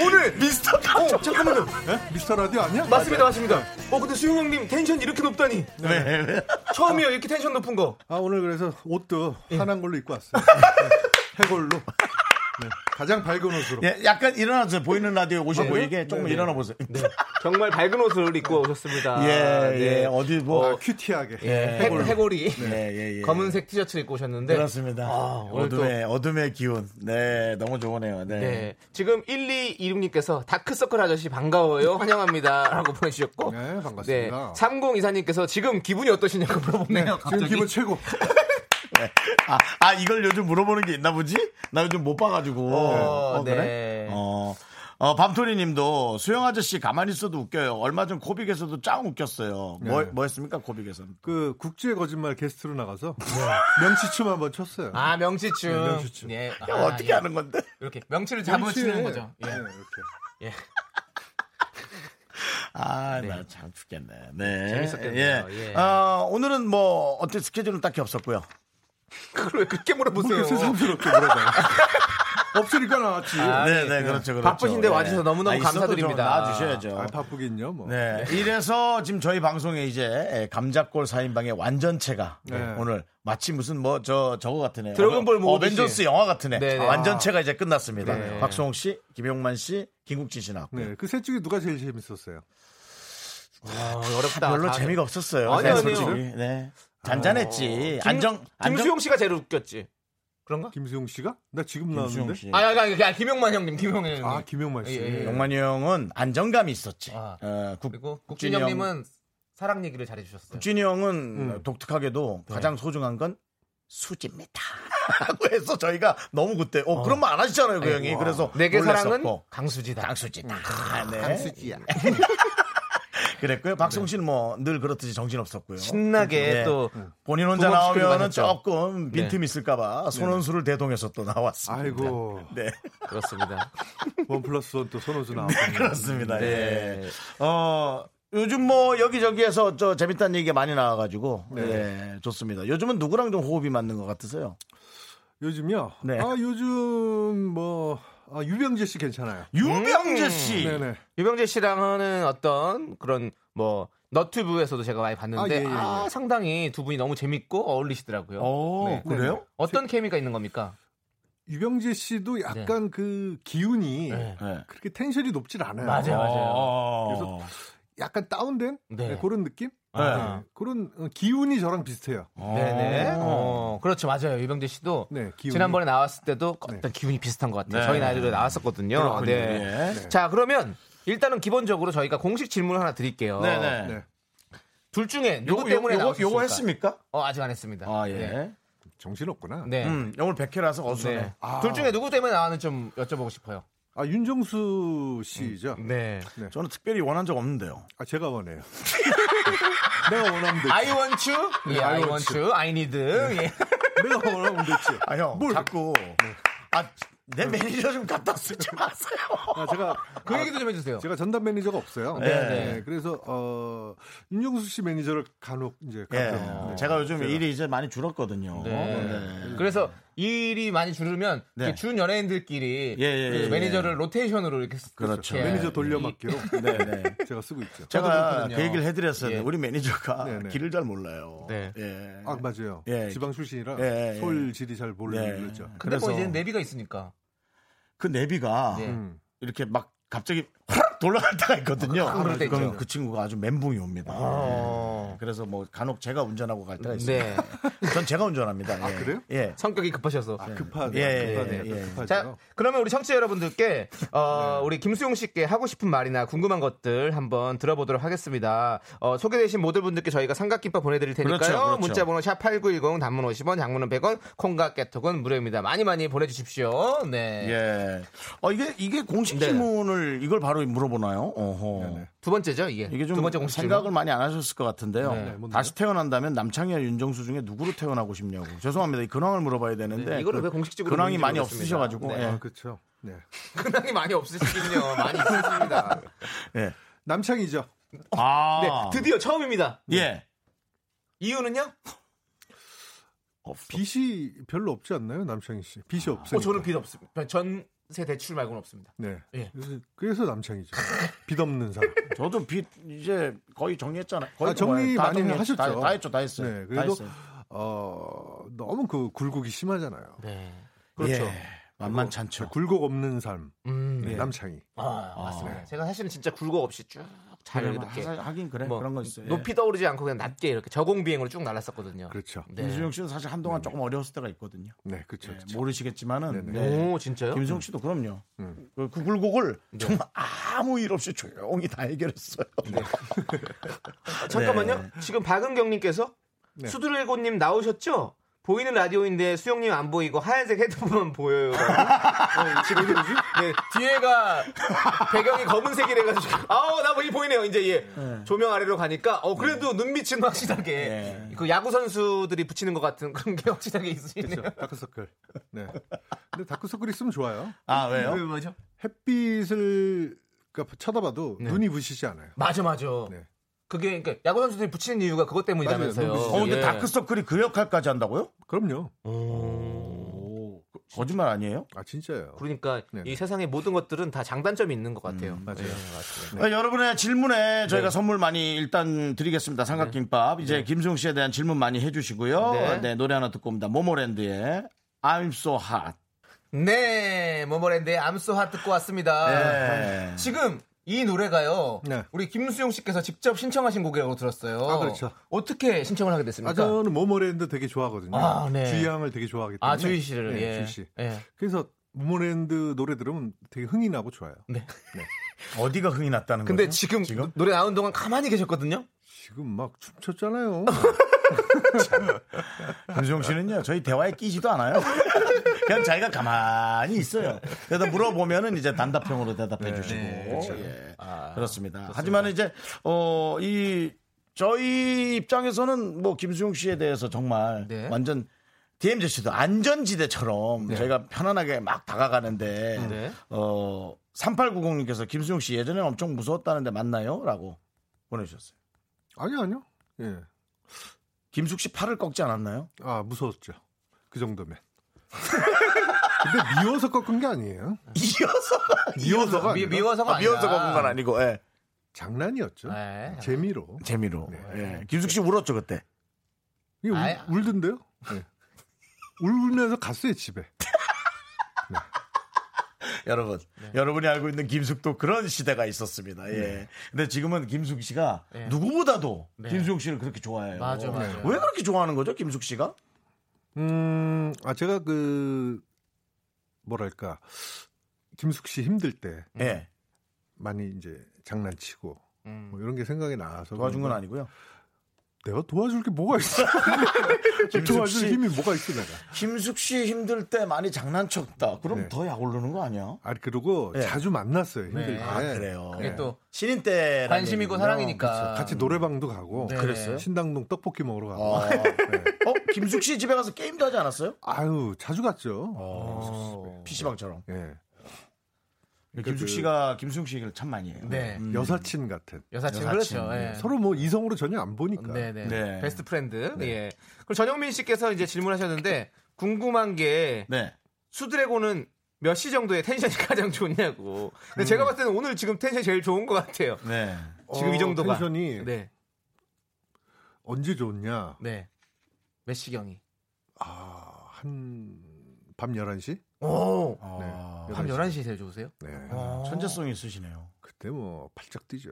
Speaker 2: 오늘
Speaker 1: 미스터
Speaker 7: 어, 잠깐만요. 미스터 라디오 아니야?
Speaker 2: 맞습니다, 맞습니다. 어, 근데 수용 형님 텐션 이렇게 높다니.
Speaker 1: 왜,
Speaker 2: 네.
Speaker 1: 왜?
Speaker 2: 처음이에요, 이렇게 텐션 높은 거.
Speaker 7: 아, 오늘 그래서 옷도 환한 걸로 입고 왔어요. 네, 해골로. 네, 가장 밝은 옷으로.
Speaker 2: 네.
Speaker 1: 예, 약간 일어나세요. 보이는 라디오에 오시고 이게 조금 일어나 보세요.
Speaker 2: 정말 밝은 옷을 입고 오셨습니다.
Speaker 1: 예,
Speaker 2: 네.
Speaker 1: 예, 어디 뭐.
Speaker 7: 아, 큐티하게.
Speaker 1: 예,
Speaker 2: 해골, 네. 해골이
Speaker 1: 예, 예, 예.
Speaker 2: 검은색 티셔츠 를 입고 오셨는데
Speaker 1: 그렇습니다.
Speaker 2: 오늘 또-
Speaker 1: 어둠의 어둠의 기운. 네, 너무 좋으네요. 네.
Speaker 2: 네. 지금 1226님께서 다크서클 아저씨 반가워요. 환영합니다. 라고 보내주셨고.
Speaker 7: 네, 반갑습니다.
Speaker 2: 3024님께서 지금 기분이 어떠시냐고 물어보네요.
Speaker 7: 지금 기분 최고.
Speaker 1: 아, 아, 이걸 요즘 물어보는 게 있나 보지? 나 요즘 못 봐가지고.
Speaker 2: 어,
Speaker 1: 어, 그래?
Speaker 2: 네.
Speaker 1: 어. 어, 밤토리 님도 수영 아저씨 가만히 있어도 웃겨요. 얼마 전 코빅에서도 짱 웃겼어요.
Speaker 2: 네.
Speaker 1: 뭐, 뭐 했습니까? 코빅에서는.
Speaker 7: 그 국제 거짓말 게스트로 나가서 명치춤 한번 쳤어요.
Speaker 2: 아, 명치춤.
Speaker 7: 네, 명치춤.
Speaker 2: 예.
Speaker 1: 야,
Speaker 2: 아,
Speaker 1: 어떻게
Speaker 2: 예.
Speaker 1: 하는 건데?
Speaker 2: 이렇게 명치를 잡으시는
Speaker 7: 명치에-
Speaker 2: 거죠. 예.
Speaker 7: 네, 이렇게.
Speaker 2: 예.
Speaker 1: 아, 나 참 죽겠네. 네.
Speaker 2: 네. 재밌었겠네요. 예.
Speaker 1: 어, 오늘은 뭐, 어때 스케줄은 딱히 없었고요.
Speaker 2: 그걸 왜 그렇게 뭐 물어보세요?
Speaker 7: 그렇게 새삼스럽게 물어봐요. 없으니까 나왔지.
Speaker 2: 아,
Speaker 1: 네,
Speaker 2: 예.
Speaker 1: 네, 그렇죠. 그렇죠.
Speaker 2: 바쁘신데 와주셔서 너무너무
Speaker 1: 있어도 좀
Speaker 2: 감사드립니다.
Speaker 1: 나와주셔야죠.
Speaker 7: 아, 바쁘긴요, 뭐.
Speaker 1: 네. 이래서 지금 저희 방송에 이제 감자골 4인방의 완전체가
Speaker 7: 네.
Speaker 1: 오늘 마치 무슨 뭐 저 저거 같으네요.
Speaker 2: 드래곤볼
Speaker 1: 어,
Speaker 2: 모으듯이.
Speaker 1: 어벤져스 영화 같으네. 아,
Speaker 2: 네, 네.
Speaker 1: 완전체가 이제 끝났습니다.
Speaker 2: 네.
Speaker 1: 박수홍 씨, 김용만 씨, 김국진 씨 나왔고.
Speaker 7: 네, 그 셋 중에 누가 제일 재밌었어요?
Speaker 2: 아, 어렵다.
Speaker 1: 별로
Speaker 2: 다-
Speaker 1: 재미가 없었어요.
Speaker 2: 아니요,
Speaker 1: 그냥
Speaker 2: 아니요.
Speaker 1: 솔직히. 네. 잔잔했지.
Speaker 2: 김-
Speaker 1: 안정 안정
Speaker 2: 김수용 씨가 제일 웃겼지. 그런가?
Speaker 7: 김수용 씨가? 나 지금
Speaker 1: 김수용
Speaker 7: 나왔는데.
Speaker 1: 씨.
Speaker 2: 아, 아, 아, 아, 김용만 형님, 김용만 형님.
Speaker 7: 아, 김용만
Speaker 2: 예,
Speaker 7: 씨.
Speaker 2: 예, 예.
Speaker 1: 용만이 형은 안정감이 있었지.
Speaker 2: 아.
Speaker 1: 어, 국,
Speaker 2: 그리고
Speaker 1: 국진이
Speaker 2: 국진이
Speaker 1: 형-
Speaker 2: 형님은 사랑 얘기를 잘해주셨어요.
Speaker 1: 진이 형은
Speaker 7: 음.
Speaker 1: 독특하게도 가장 소중한 건 수지입니다. 하고 해서 저희가 너무 그때 어, 그런 말 안 하시잖아요, 그 형이. 그래서
Speaker 2: 내게 네, 사랑은 음.
Speaker 1: 놀랐었고.
Speaker 2: 강수지다.
Speaker 1: 강수지다. 아, 네.
Speaker 2: 강수지야.
Speaker 1: 그랬고요. 박성신 뭐 늘 그렇듯이 정신 없었고요. 네. 음.
Speaker 2: 신나게 또
Speaker 1: 본인 혼자
Speaker 2: 조각시키기만
Speaker 1: 나오면은
Speaker 2: 했죠.
Speaker 1: 조금 빈틈 있을까봐 손원수를 대동해서 또 나왔습니다.
Speaker 7: 아이고
Speaker 1: 네,
Speaker 2: 그렇습니다.
Speaker 7: 원 플러스 원 또 손호수 나왔고
Speaker 1: 네. 그렇습니다. 예.
Speaker 2: 네.
Speaker 1: 어, 요즘 뭐 여기저기에서 저 재밌다는 얘기가 많이 나와가지고 네, 좋습니다. 요즘은 누구랑 좀 호흡이 맞는 것 같으세요?
Speaker 7: 요즘요.
Speaker 1: 네.
Speaker 7: 아 요즘 뭐 아, 유병재 씨 괜찮아요.
Speaker 1: 유병재 씨.
Speaker 7: 음. 네네.
Speaker 2: 유병재 씨랑은 어떤 그런 뭐 너튜브에서도 제가 많이 봤는데
Speaker 7: 아, 예, 예, 예.
Speaker 2: 아, 상당히 두 분이 너무 재밌고 어울리시더라고요.
Speaker 1: 오,
Speaker 2: 네.
Speaker 1: 그래요?
Speaker 2: 어떤 케미가 있는 겁니까?
Speaker 7: 네. 유병재 씨도 약간 그 기운이
Speaker 1: 네.
Speaker 7: 그렇게 텐션이 높질 않아요.
Speaker 1: 맞아요.
Speaker 7: 약간 다운된
Speaker 2: 네.
Speaker 7: 네, 그런 느낌?
Speaker 1: 아.
Speaker 7: 네, 그런 어, 기운이 저랑 비슷해요.
Speaker 2: 네네. 어, 그렇죠. 맞아요. 유병재 씨도
Speaker 7: 네, 기운이.
Speaker 2: 지난번에 나왔을 때도 어떤 기운이 비슷한 것 같아요.
Speaker 1: 네.
Speaker 2: 저희 나이로 나왔었거든요.
Speaker 1: 그렇군요. 예.
Speaker 2: 네.
Speaker 7: 네.
Speaker 2: 자, 그러면 일단은 기본적으로 저희가 공식 질문 을 하나 드릴게요.
Speaker 1: 아, 네네.
Speaker 7: 네.
Speaker 2: 둘 중에 누구
Speaker 1: 어, 요거
Speaker 2: 때문에
Speaker 1: 요거,
Speaker 2: 나왔습니까?
Speaker 1: 요거 했습니까?
Speaker 2: 어, 아직 안 했습니다.
Speaker 1: 아 예.
Speaker 2: 네.
Speaker 7: 정신 없구나.
Speaker 2: 네.
Speaker 1: 음, 오늘 100회라서 어수네. 아.
Speaker 2: 네. 둘 중에 누구 때문에 나왔는지 좀 여쭤보고 싶어요.
Speaker 7: 아 윤정수 씨죠.
Speaker 2: 네.
Speaker 1: 저는 특별히 원한 적 없는데요.
Speaker 7: 아 제가 원해요. 내가
Speaker 1: 네.
Speaker 7: 원하면 되지.
Speaker 2: I want you. 예, I want you. I need. 예.
Speaker 7: 내가 원하면 되지.
Speaker 1: 아, 형. 자꾸. 아, 내 매니저 좀 갖다 쓰지 마세요.
Speaker 7: 아 제가
Speaker 2: 그 얘기도 좀 해주세요.
Speaker 7: 제가 전담 매니저가 없어요. 네.
Speaker 1: 네.
Speaker 7: 그래서 어 윤정수 씨 매니저를 간혹 이제
Speaker 1: 예.
Speaker 7: 가끔 네.
Speaker 1: 제가 요즘 일이 이제 많이 줄었거든요.
Speaker 2: 네.
Speaker 1: 네.
Speaker 2: 그래서 일이 많이 줄으면
Speaker 1: 네.
Speaker 2: 이렇게 준 연예인들끼리
Speaker 1: 예, 예,
Speaker 2: 그
Speaker 1: 예, 예.
Speaker 2: 매니저를 로테이션으로 이렇게 쓰-
Speaker 1: 그렇죠.
Speaker 2: 이렇게
Speaker 7: 매니저 돌려막기로
Speaker 1: 네, 네.
Speaker 7: 제가 쓰고 있죠.
Speaker 1: 제가
Speaker 2: 그렇거든요.
Speaker 1: 그 얘기를 해드렸어요.
Speaker 2: 예.
Speaker 1: 우리 매니저가
Speaker 7: 네, 네.
Speaker 1: 길을 잘 몰라요.
Speaker 2: 네.
Speaker 1: 예.
Speaker 7: 아 맞아요.
Speaker 1: 예.
Speaker 7: 지방 출신이라
Speaker 1: 예, 예.
Speaker 7: 서울 질이 잘 모르죠.
Speaker 2: 근데
Speaker 1: 네. 그래서
Speaker 2: 뭐 이제 내비가 있으니까.
Speaker 1: 그 내비가
Speaker 2: 네.
Speaker 7: 음.
Speaker 1: 이렇게 막 갑자기 확 돌아갈 때가 있거든요.
Speaker 2: 아, 그럴 때
Speaker 1: 그럼
Speaker 2: 있죠.
Speaker 1: 그 친구가 아주 멘붕이 옵니다.
Speaker 2: 어.
Speaker 1: 예. 그래서 뭐 간혹 제가 운전하고 갈 때가 있어요.
Speaker 2: 네.
Speaker 1: 전 제가 운전합니다. 아,
Speaker 7: 그래요?
Speaker 1: 예.
Speaker 2: 성격이 급하셔서.
Speaker 7: 급하네.
Speaker 1: 예,
Speaker 7: 급하네.
Speaker 1: 예, 예.
Speaker 7: 급하죠. 어,
Speaker 2: 자, 그러면 우리 청취자 여러분들께 어, 우리 김수용 씨께 하고 싶은 말이나 궁금한 것들 한번 들어보도록 하겠습니다. 어, 소개되신 모든 분들께 저희가 삼각김밥 보내드릴 테니까요.
Speaker 1: 그렇죠, 그렇죠.
Speaker 2: 문자번호 샵 #8910 단문 50원, 장문은 100원, 콩과 깨톡은 무료입니다. 많이 많이 보내주십시오. 네.
Speaker 1: 예. 어, 이게, 이게 공식
Speaker 2: 네.
Speaker 1: 질문을 이걸 바로 물어보나요? 어허.
Speaker 2: 두 번째죠, 이게.
Speaker 1: 이게 좀
Speaker 2: 두 번째 공식
Speaker 1: 생각을
Speaker 2: 질문.
Speaker 1: 많이 안 하셨을 것 같은데요.
Speaker 2: 네,
Speaker 7: 뭔데요?
Speaker 1: 다시 태어난다면 남창희와 윤정수 중에 누구로 태어나고 싶냐고. 죄송합니다. 이 근황을 물어봐야 되는데.
Speaker 2: 네, 이거를
Speaker 1: 그
Speaker 2: 왜 공식적으로
Speaker 1: 근황이 많이
Speaker 2: 묻는지
Speaker 1: 없으셔가지고.
Speaker 2: 모르겠습니다.
Speaker 7: 아,
Speaker 1: 예.
Speaker 7: 그렇죠. 네.
Speaker 2: 근황이 많이 없으시군요. 많이 있으십니다.
Speaker 1: 예.
Speaker 7: 남창이죠.
Speaker 2: 네,
Speaker 1: 아.
Speaker 2: 드디어 처음입니다.
Speaker 1: 예.
Speaker 2: 이유는요? 어,
Speaker 7: 빚이 별로 없지 않나요, 남창희 씨? 빚이 없어요.
Speaker 2: 어, 저는 빚 없습니다. 전세 대출 말고는 없습니다.
Speaker 7: 네.
Speaker 2: 예.
Speaker 7: 그래서, 그래서 남창이죠. 빚 없는 사람.
Speaker 1: 저도 빚 이제 거의 정리했잖아요. 거의
Speaker 7: 아, 정리
Speaker 1: 뭐 다
Speaker 7: 많이
Speaker 1: 정리했-
Speaker 7: 하셨죠.
Speaker 1: 다, 다 했죠. 다 했어요.
Speaker 7: 네.
Speaker 1: 다
Speaker 7: 그래도
Speaker 1: 했어요.
Speaker 7: 어, 너무 그 굴곡이 심하잖아요.
Speaker 2: 네.
Speaker 1: 그렇죠.
Speaker 7: 예,
Speaker 1: 뭐, 만만찮죠.
Speaker 7: 굴곡 없는 삶.
Speaker 2: 음.
Speaker 7: 네, 남창이.
Speaker 2: 아, 맞습니다. 제가 사실은 진짜 굴곡 없이 쭉 잘
Speaker 1: 뭐, 그래,
Speaker 2: 이렇게
Speaker 1: 하- 하긴 네, 그래
Speaker 2: 뭐
Speaker 1: 그런 거 있어요.
Speaker 2: 높이 떠오르지 않고 그냥 낮게 이렇게 저공 비행으로 쭉 날았었거든요.
Speaker 7: 그렇죠.
Speaker 1: 예.
Speaker 2: 네.
Speaker 1: 김수영 씨는 사실 한동안 조금 어려웠을 때가 있거든요.
Speaker 7: 네, 그렇죠.
Speaker 1: 예, 모르시겠지만은 네.
Speaker 2: 오, 진짜요?
Speaker 1: 김수영 씨도 그럼요.
Speaker 7: 음.
Speaker 1: 그 구글곡을 정말 아무 일 없이 조용히 다 해결했어요.
Speaker 7: 네.
Speaker 2: 아,
Speaker 1: 네.
Speaker 2: 잠깐만요. 지금 박은경님께서 수두레고님 나오셨죠? 보이는 라디오인데 수영님 안 보이고 하얀색 헤드폰만 보여요. 어, 지금
Speaker 1: 아,
Speaker 2: 어디 뭐지? 네, 뒤에가 배경이 검은색이래가지고 아우 나 보이 보이네요. 이제 예. 조명 아래로 가니까 어 그래도
Speaker 1: 네.
Speaker 2: 눈빛은 확실하게 그 야구 선수들이 붙이는 것 같은 그런 게 확실하게 있으시네요.
Speaker 7: 그렇죠. 다크서클. 네. 근데 다크서클 있으면 좋아요.
Speaker 1: 아 왜요?
Speaker 2: 왜, 맞아?
Speaker 7: 햇빛을 그러니까 쳐다봐도
Speaker 1: 네.
Speaker 7: 눈이 부시지 않아요.
Speaker 2: 맞아 맞아.
Speaker 7: 네.
Speaker 2: 그게 그러니까 야구 선수들이 붙이는 이유가 그것 때문이라면서요.
Speaker 7: 맞아요.
Speaker 1: 어 근데
Speaker 2: 예.
Speaker 1: 다크서클이 그 역할까지 한다고요?
Speaker 7: 그럼요.
Speaker 1: 오, 그- 거짓말 아니에요?
Speaker 7: 아, 진짜예요.
Speaker 2: 그러니까
Speaker 7: 네, 네.
Speaker 2: 이 세상의 모든 것들은 다 장단점이 있는 것 같아요.
Speaker 7: 맞아요. 네.
Speaker 1: 아, 여러분의 질문에 저희가 선물 많이 일단 드리겠습니다. 삼각김밥. 이제 김수영 씨에 대한 질문 많이 해주시고요. 네.
Speaker 2: 네.
Speaker 1: 노래 하나 듣고 옵니다. 모모랜드의 I'm so hot.
Speaker 7: 음.
Speaker 2: 네, 모모랜드의 암소핫 듣고 왔습니다.
Speaker 1: 네.
Speaker 2: 지금 이 노래가요.
Speaker 7: 네.
Speaker 2: 우리 김수용 씨께서 직접 신청하신 곡이라고 들었어요.
Speaker 7: 아, 그렇죠.
Speaker 2: 어떻게 신청을 하게 됐습니까?
Speaker 7: 아, 저는 모모랜드 되게 좋아하거든요.
Speaker 2: 네. 그러니까 아, 네.
Speaker 7: 주희 양을 되게 좋아하기 때문에.
Speaker 2: 아, 주희 씨를
Speaker 7: 네,
Speaker 2: 예.
Speaker 7: 주희 씨.
Speaker 2: 예.
Speaker 7: 그래서 모모랜드 노래 들으면 되게 흥이 나고 좋아요.
Speaker 2: 네.
Speaker 1: 어디가 흥이 났다는
Speaker 2: 근데
Speaker 1: 거죠?
Speaker 2: 지금, 노- 노래 나오는 동안 가만히 계셨거든요.
Speaker 7: 지금 막 춤췄잖아요.
Speaker 1: 김수영 씨는요, 저희 대화에 끼지도 않아요. 그냥 자기가 가만히 있어요. 그래서 물어보면은 이제 단답형으로 대답해 주시고. 예. 그렇습니다. 하지만 이제, 어, 이, 저희 입장에서는 뭐 김수용 씨에 대해서 정말
Speaker 2: 네.
Speaker 1: 완전 DMZ 씨도 안전지대처럼 저희가 편안하게 막 다가가는데,
Speaker 2: 네.
Speaker 1: 어, 3890님께서 김수용 씨 예전에 엄청 무서웠다는데 맞나요? 라고 보내주셨어요.
Speaker 7: 아니요, 아니요. 예.
Speaker 1: 김숙 씨 팔을 꺾지 않았나요?
Speaker 7: 아, 무서웠죠. 그 정도면. 근데 미워서 꺾은 게 아니에요.
Speaker 1: 이어서
Speaker 7: 미워서가
Speaker 2: 미,
Speaker 7: 아니라
Speaker 2: 미워서가
Speaker 1: 아,
Speaker 2: 아니라.
Speaker 1: 미워서 걷는 건 아니고 예.
Speaker 7: 장난이었죠.
Speaker 2: 네.
Speaker 7: 재미로.
Speaker 1: 재미로 예. 김숙 씨 울었죠 그때
Speaker 7: 이게 울,
Speaker 2: 아이.
Speaker 7: 울던데요? 네. 울면서 갔어요, 집에.
Speaker 1: 여러분
Speaker 2: 네.
Speaker 1: 여러분이 알고 있는 김숙도 그런 시대가 있었습니다 예 근데 지금은 김숙 씨가
Speaker 2: 네.
Speaker 1: 누구보다도 김숙 씨를 그렇게 좋아해요
Speaker 2: 맞아, 맞아.
Speaker 1: 왜 그렇게 좋아하는 거죠 김숙 씨가
Speaker 7: 음, 아, 제가 그, 뭐랄까. 김숙 씨 힘들 때
Speaker 1: 예
Speaker 7: 많이 이제 장난치고
Speaker 2: 음.
Speaker 7: 뭐 이런 게 생각이 나서.
Speaker 1: 도와준 건
Speaker 7: 그런가?
Speaker 1: 아니고요
Speaker 7: 내가 도와줄 게 뭐가 있어?
Speaker 1: 김숙
Speaker 7: 도와줄
Speaker 1: 씨
Speaker 7: 힘이 뭐가 있어, 내가.
Speaker 1: 김숙 씨 힘들 때 많이 장난쳤다 그럼
Speaker 7: 네.
Speaker 1: 더 약 오르는 거 아니야
Speaker 7: 아니, 그리고
Speaker 1: 네.
Speaker 7: 자주 만났어요, 힘들 때.
Speaker 2: 예. 네.
Speaker 1: 아 그래요
Speaker 2: 그게 또
Speaker 1: 신인 때
Speaker 2: 관심이고 사랑이니까.
Speaker 7: 네. 그렇죠. 아, 같이 노래방도 가고.
Speaker 2: 네. 그랬어요? 아.
Speaker 7: 신당동 떡볶이 먹으러 가고. 네.
Speaker 1: 어, 어 김숙 씨 집에 가서 게임도 하지 않았어요
Speaker 7: 아유, 자주 갔죠. 어,
Speaker 2: 어.
Speaker 1: PC방처럼
Speaker 7: 예.
Speaker 1: 김숙 씨가 김숙 씨 얘기를 참 많이 해요
Speaker 2: 그
Speaker 1: 음.
Speaker 2: 네.
Speaker 7: 여사친 같은.
Speaker 2: 여사친,
Speaker 1: 여사친.
Speaker 2: 그렇죠. 예.
Speaker 7: 서로 뭐 이성으로 전혀 안 보니까.
Speaker 2: 네네.
Speaker 1: 네.
Speaker 2: 베스트 프렌드. 예. 그럼 전영민 씨께서 이제 질문하셨는데 궁금한 게
Speaker 1: 네.
Speaker 2: 수드래곤은 몇 시 정도의 텐션이 가장 좋냐고. 근데 제가 봤을 때는 오늘 지금 텐션이 제일 좋은 것 같아요.
Speaker 1: 네.
Speaker 2: 지금
Speaker 7: 어,
Speaker 2: 이 정도가.
Speaker 7: 텐션이
Speaker 2: 네.
Speaker 7: 언제 좋냐?
Speaker 2: 네. 몇 시경이?
Speaker 7: 아, 한밤 11시?
Speaker 2: 오.
Speaker 1: 아, 어.
Speaker 2: 밤 11시에 제일 좋으세요?
Speaker 7: 네.
Speaker 1: 천재성이 있으시네요.
Speaker 7: 그때 뭐 팔짝 뛰죠.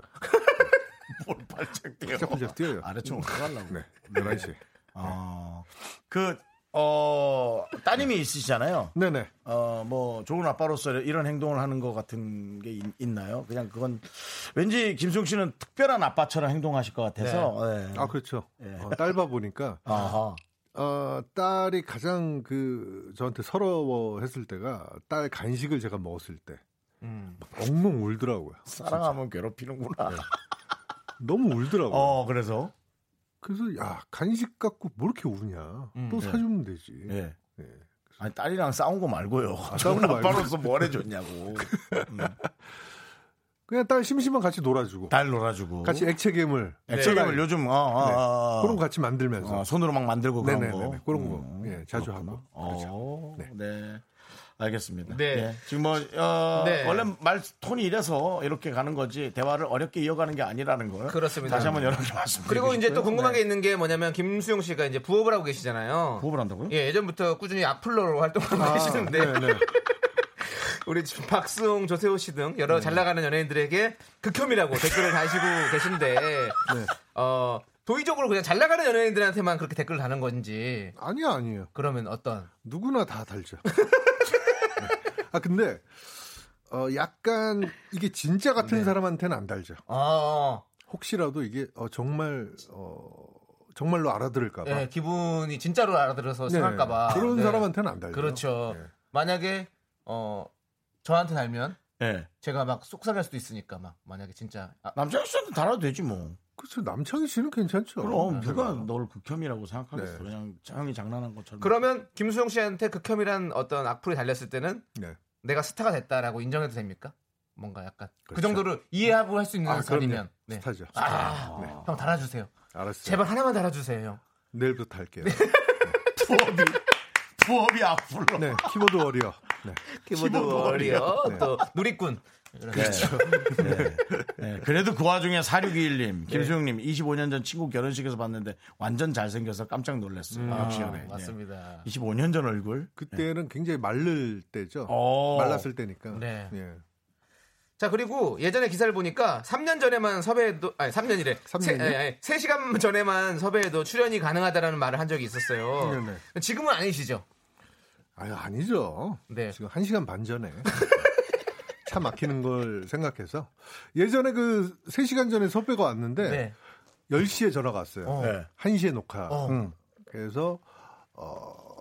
Speaker 1: 뭘 네. 발짝 뛰어.
Speaker 7: 팔짝팔짝 뛰어요.
Speaker 1: 아래쪽 올라가려고.
Speaker 7: 네. 11시.
Speaker 1: 아, 그, 어, 따님이 있으시잖아요.
Speaker 7: 네, 네.
Speaker 1: 어, 뭐, 좋은 아빠로서 이런 행동을 하는 것 같은 게 있, 있나요? 그냥 그건 왠지 김승 씨는 특별한 아빠처럼 행동하실 것 같아서. 네.
Speaker 7: 아, 그렇죠. 어, 딸봐 보니까
Speaker 1: 아하.
Speaker 7: 어, 딸이 가장 그 저한테 서러워했을 때가 딸 간식을 제가 먹었을 때
Speaker 2: 음.
Speaker 7: 엉엉 울더라고요.
Speaker 1: 사랑하면 괴롭히는구나.
Speaker 7: 너무 울더라고요.
Speaker 1: 네. 어, 그래서.
Speaker 7: 그래서 야 간식 갖고 뭐 이렇게 우냐?
Speaker 2: 음,
Speaker 7: 또
Speaker 2: 네.
Speaker 7: 사주면 되지.
Speaker 1: 예.
Speaker 7: 예.
Speaker 1: 아니, 딸이랑 싸운 거 말고요. 좋은
Speaker 7: 싸운 거 말고.
Speaker 1: 아빠로서 뭘 해줬냐고. 음.
Speaker 7: 그냥 딸 심심하면 같이 놀아주고
Speaker 1: 딸 놀아주고.
Speaker 7: 같이 액체 괴물
Speaker 1: 액체
Speaker 7: 네.
Speaker 1: 게임을 요즘, 어, 어,
Speaker 7: 네.
Speaker 1: 어, 어.
Speaker 7: 그런 거 같이 만들면서
Speaker 1: 어, 손으로 막 만들고 그런
Speaker 7: 네네네
Speaker 1: 거.
Speaker 7: 그런
Speaker 1: 음.
Speaker 7: 거 예, 자주 하고
Speaker 1: 어,
Speaker 7: 네.
Speaker 1: 네. 알겠습니다.
Speaker 2: 네.
Speaker 1: 예. 지금 뭐, 어,
Speaker 2: 네.
Speaker 1: 원래 말 톤이 이래서 이렇게 가는 거지, 대화를 어렵게 이어가는 게 아니라는 거예요.
Speaker 2: 그렇습니다.
Speaker 1: 다시 한번 여러분께 말씀드리고.
Speaker 2: 그리고 이제 또
Speaker 1: 싶고요.
Speaker 2: 궁금한
Speaker 1: 네.
Speaker 2: 게 있는 게 뭐냐면 김수용 씨가 이제 부업을 하고 계시잖아요.
Speaker 1: 부업을
Speaker 7: 어?
Speaker 1: 한다고요?
Speaker 2: 예, 예전부터 꾸준히 악플러로 활동하고
Speaker 7: 아,
Speaker 2: 계시는데
Speaker 7: 네,
Speaker 2: 우리 지금 박수홍, 조세호 씨 등 여러
Speaker 7: 네.
Speaker 2: 잘 나가는 연예인들에게 극혐이라고 댓글을 다시고 계신데
Speaker 7: 네.
Speaker 2: 어, 도의적으로 그냥 잘 나가는 연예인들한테만 그렇게 댓글을 다는 건지
Speaker 7: 아니요 아니에요
Speaker 2: 그러면 어떤
Speaker 7: 누구나 다 달죠 네. 아 근데 어 약간 이게 진짜 같은
Speaker 1: 네.
Speaker 7: 사람한테는 안 달죠
Speaker 2: 어,
Speaker 7: 혹시라도 이게 어, 정말 어 정말로 알아들을까봐 네.
Speaker 2: 예, 기분이 진짜로 알아들어서 상할까 봐.
Speaker 7: 그런
Speaker 2: 네.
Speaker 7: 사람한테는 안 달죠
Speaker 2: 그렇죠.
Speaker 7: 예.
Speaker 2: 만약에 어, 저한테 달면
Speaker 1: 예.
Speaker 2: 제가 막 속상할 수도 있으니까 막 만약에 진짜 아,
Speaker 1: 남자 씨한테 달아도 되지 뭐.
Speaker 7: 그렇죠 남창희 씨는 괜찮죠 네. 아,
Speaker 1: 그럼
Speaker 7: 제가.
Speaker 2: 네,
Speaker 1: 누가 널 극혐이라고 생각하겠어.
Speaker 7: 음. 네.
Speaker 1: 그냥 형이 장난한 것처럼.
Speaker 2: 그러면 김수영 씨한테 극혐이란 어떤 악플이 달렸을 때는
Speaker 7: 네.
Speaker 2: 내가 스타가 됐다라고 인정해도 됩니까? 뭔가 약간 그
Speaker 7: 그렇죠.
Speaker 2: 정도로 이해하고 할 수 있는
Speaker 7: 아, 그럼요.
Speaker 2: 선이면 네.
Speaker 7: 스타죠.
Speaker 2: 아,
Speaker 7: 네.
Speaker 2: 형 달아주세요.
Speaker 7: 알았어요.
Speaker 2: 제발 네. 하나만 달아주세요, 형.
Speaker 7: 내일부터 할게요.
Speaker 1: 부업이, 부업이 악플로.
Speaker 7: 네, 키보드 워리어. 네.
Speaker 2: 키보드
Speaker 1: 워리어.
Speaker 2: 또 누리꾼. 그렇죠.
Speaker 1: 네, 그래도 그 와중에
Speaker 2: 네.
Speaker 1: 4621님, 김수영님, 25년 전 친구 결혼식에서 봤는데 완전 잘생겨서 깜짝 놀랐어요. 역시
Speaker 7: 네.
Speaker 1: 연애. 예.
Speaker 2: 음, 아, 네. 맞습니다.
Speaker 1: 25년 전 얼굴.
Speaker 7: 그때는 굉장히 마를 때죠.
Speaker 1: 어.
Speaker 7: 말랐을 때니까.
Speaker 2: 네.
Speaker 7: 예.
Speaker 2: 자 그리고 예전에 기사를 보니까 3년 전에만 섭외도 아니 3년이래.
Speaker 7: 삼
Speaker 2: 세,
Speaker 7: 년이요?
Speaker 2: 아니, 아니, 3시간 전에만 섭외해도 출연이 가능하다라는 말을 한 적이 있었어요.
Speaker 7: 네,
Speaker 2: 지금은 아니시죠?
Speaker 7: 아유, 아니죠.
Speaker 2: 네.
Speaker 7: 지금 한시간반 전에. 차
Speaker 2: 네.
Speaker 7: 막히는 걸 생각해서 예전에 그 세시간 전에 섭외가 왔는데 10시에 전화가 왔어요.
Speaker 1: 네.
Speaker 7: 1시에 녹화.
Speaker 2: 어.
Speaker 7: 응. 그래서 어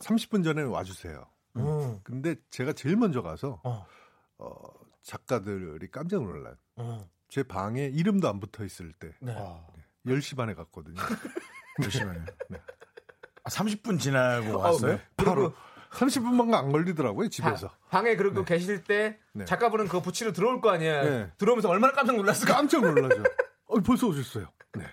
Speaker 7: 30분 전에 와 주세요.
Speaker 2: 어,
Speaker 7: 근데 제가 제일 먼저 가서
Speaker 2: 어.
Speaker 7: 어, 작가들이 깜짝 놀라요.
Speaker 2: 어.
Speaker 7: 제 방에 이름도 안 붙어 있을 때
Speaker 2: 네.
Speaker 7: 10시 반에 갔거든요. 네.
Speaker 1: 잠시만요. 아, 30분 지나고 왔어요?
Speaker 2: 네.
Speaker 7: 바로 30분만 안 걸리더라고요, 집에서.
Speaker 2: 방에 그리고 계실 때
Speaker 7: 네.
Speaker 2: 작가분은 그거 붙이러 들어올 거 아니에요.
Speaker 7: 네.
Speaker 2: 들어오면서 얼마나 깜짝 놀랐을까?
Speaker 7: 깜짝 놀라죠. 어, 벌써 오셨어요. 네.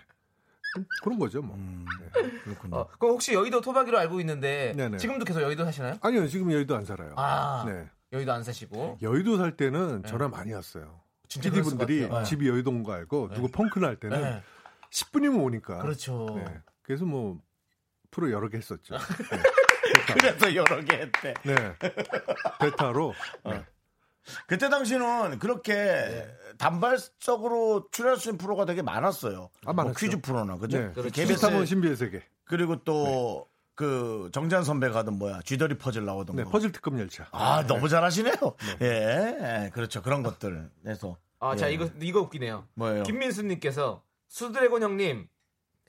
Speaker 7: 그런 거죠, 뭐.
Speaker 2: 음.
Speaker 7: 네.
Speaker 1: 음, 그렇군요.
Speaker 2: 어, 그럼 혹시 여의도 토박이로 알고 있는데
Speaker 7: 네네.
Speaker 2: 지금도 계속 여의도 사시나요?
Speaker 7: 아니요, 지금 여의도 안 살아요.
Speaker 2: 아
Speaker 7: 네.
Speaker 2: 여의도 안 사시고
Speaker 7: 여의도 살 때는 전화 많이 왔어요.
Speaker 2: 진짜 네,
Speaker 7: PD
Speaker 2: 그랬을 것
Speaker 7: 분들이
Speaker 2: 같아요.
Speaker 7: 집이 여의도인 거 알고 누구 펑크 날 때는
Speaker 2: 네.
Speaker 7: 10분이면 오니까.
Speaker 2: 그렇죠.
Speaker 7: 네. 그래서 뭐 프로 여러 개 했었죠. 네.
Speaker 1: 그래서 여러 개 했대.
Speaker 7: 네. 베타로. 네.
Speaker 1: 그때 당시는 그렇게
Speaker 2: 네.
Speaker 1: 단발적으로 출연할 수 있는 프로가 되게 많았어요.
Speaker 7: 아,
Speaker 1: 뭐
Speaker 7: 많았죠.
Speaker 1: 퀴즈 프로나 그죠?
Speaker 7: 네.
Speaker 1: 그
Speaker 2: 그렇죠. KBS-
Speaker 7: 비타본 신비의 세계.
Speaker 1: 리고 또
Speaker 2: 네.
Speaker 1: 그 정재현 선배가 하던 뭐야 쥐더리 퍼즐 나오던
Speaker 7: 네.
Speaker 2: 음.
Speaker 1: 거.
Speaker 7: 퍼즐 특급 열차.
Speaker 1: 아 너무 잘하시네요. 예, 예, 그렇죠 그런 것들 해서
Speaker 2: 아자
Speaker 7: 네.
Speaker 1: 예.
Speaker 2: 이거 이거 웃기네요
Speaker 1: 뭐예요?
Speaker 2: 김민수님께서 수드래곤 형님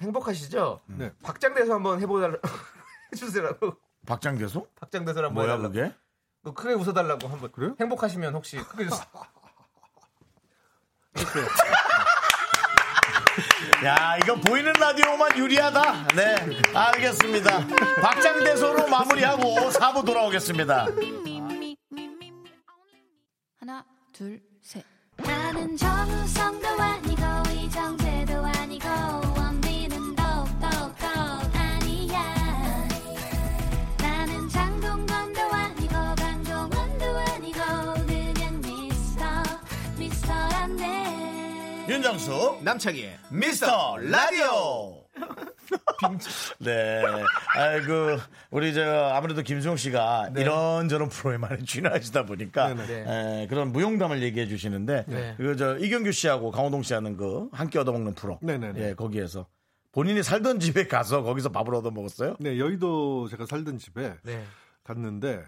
Speaker 2: 행복하시죠?
Speaker 7: 네.
Speaker 2: 박장대소 한번 해보달라 해주세요라고
Speaker 1: 박장대소?
Speaker 2: 박장대소 한번
Speaker 1: 뭐야
Speaker 2: 해달라고
Speaker 1: 그게?
Speaker 2: 그거 크게 웃어달라고 한번
Speaker 7: 그래요?
Speaker 2: 행복하시면 혹시 크게 웃-
Speaker 1: 야 이거 보이는 라디오만 유리하다. 네 알겠습니다. 박장대소로 마무리하고 사부 돌아오겠습니다.
Speaker 4: 하나, 둘, 셋.
Speaker 8: 나는 정우성도 아니고 이정재도 아니고 원빈은 더욱더 아니야 나는 장동건도 아니고 강동원도 아니고 그냥 미스터 미스터란데
Speaker 1: 윤정수
Speaker 2: 남창희의
Speaker 1: 미스터 라디오. 네. 아이고, 우리 저, 아무래도 김수용 씨가 이런저런 프로에만 진화하시다 보니까,
Speaker 2: 네네.
Speaker 1: 에, 그런 무용담을 얘기해 주시는데,
Speaker 2: 네.
Speaker 1: 그, 저, 이경규 씨하고 강호동 씨 하는 그, 함께 얻어먹는 프로.
Speaker 7: 네네네.
Speaker 1: 예, 거기에서. 본인이 살던 집에 가서 거기서 밥을 얻어먹었어요?
Speaker 7: 네. 여의도 제가 살던 집에
Speaker 2: 네.
Speaker 7: 갔는데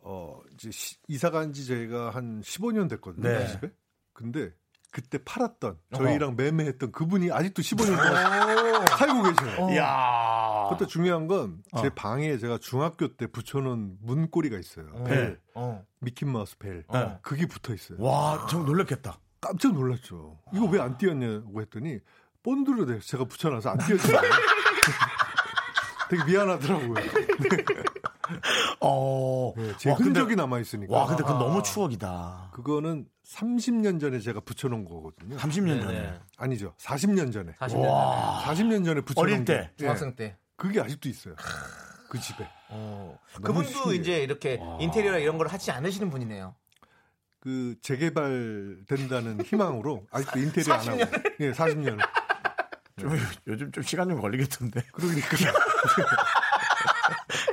Speaker 7: 어 이제 시- 이사 간 지 제가 한 15년 됐거든요
Speaker 1: 네.
Speaker 7: 집에. 근데 그때 팔았던 저희랑 매매했던 그분이 아직도 15년
Speaker 1: 어.
Speaker 7: 동안 살고 계셔요.
Speaker 1: 이야.
Speaker 7: 그것도 중요한 건
Speaker 1: 어.
Speaker 7: 제 방에 제가 중학교 때 붙여놓은 문고리가 있어요. 벨
Speaker 2: 어.
Speaker 7: 미키마우스 벨
Speaker 1: 네.
Speaker 7: 그게 붙어 있어요.
Speaker 1: 와, 참 놀랬겠다.
Speaker 7: 깜짝 놀랐죠. 이거 왜 안 띄었냐고 했더니 본드로 돼서 제가 붙여놔서 안 띄었어요. 되게 미안하더라고요.
Speaker 1: 어.
Speaker 7: 네, 제
Speaker 1: 와, 근데-
Speaker 7: 흔적이 남아 있으니까.
Speaker 1: 와, 근데 그건 너무 추억이다.
Speaker 7: 그거는 30년 전에 제가 붙여놓은 거거든요.
Speaker 1: 30년 전에.
Speaker 7: 아니죠. 40년 전에.
Speaker 2: 40년 전에
Speaker 7: 40년 전에 붙여놓은
Speaker 1: 어릴 때.
Speaker 7: 게, 예,
Speaker 2: 중학생 때
Speaker 7: 그게 아직도 있어요. 그 집에.
Speaker 2: 어.
Speaker 7: 아, 너무
Speaker 2: 그분도
Speaker 7: 신기해요.
Speaker 2: 이제 이렇게 인테리어 이런 걸 하지 않으시는 분이네요
Speaker 7: 그 재개발된다는 희망으로 아직도 인테리어 안 하고. 예, 40년.
Speaker 1: 좀, 요즘 좀 시간 좀 걸리겠던데.
Speaker 7: 그러니까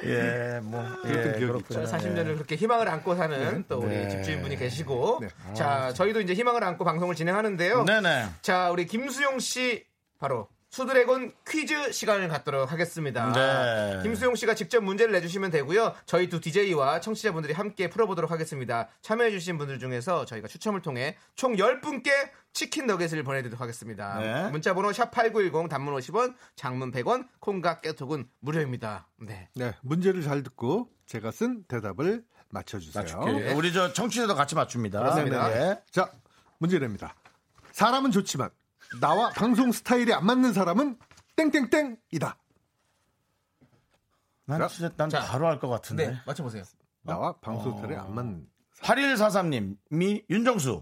Speaker 1: 예, 뭐. 예,
Speaker 7: 기억이
Speaker 1: 그렇군요.
Speaker 2: 40년을 그렇게 희망을 안고 사는 또 우리
Speaker 1: 네.
Speaker 2: 집주인분이 계시고
Speaker 7: 네.
Speaker 2: 자 저희도 이제 희망을 안고 방송을 진행하는데요
Speaker 1: 네네.
Speaker 2: 자 우리 김수용 씨 바로 수드래곤 퀴즈 시간을 갖도록 하겠습니다.
Speaker 1: 네.
Speaker 2: 김수용 씨가 직접 문제를 내주시면 되고요. 저희 두 DJ와 청취자분들이 함께 풀어보도록 하겠습니다. 참여해주신 분들 중에서 저희가 추첨을 통해 총 10분께 치킨 너겟을 보내드리도록 하겠습니다.
Speaker 1: 네.
Speaker 2: 문자번호 샵8910 단문 50원, 장문 100원, 콩과 깨톡은 무료입니다. 네.
Speaker 7: 네, 문제를 잘 듣고 제가 쓴 대답을 맞춰주세요. 네,
Speaker 1: 맞출게요. 예. 우리 저 청취자도 같이 맞춥니다.
Speaker 2: 그렇습니다.
Speaker 1: 네.
Speaker 7: 자, 문제 냅니다. 사람은 좋지만 나와 방송 스타일이 안 맞는 사람은 땡땡땡이다.
Speaker 1: 난 진짜 난
Speaker 2: 자.
Speaker 1: 바로 할 것 같은데.
Speaker 2: 네, 맞춰보세요.
Speaker 7: 나와 방송
Speaker 1: 어.
Speaker 7: 스타일이 안 맞는
Speaker 1: 8143님이 윤정수.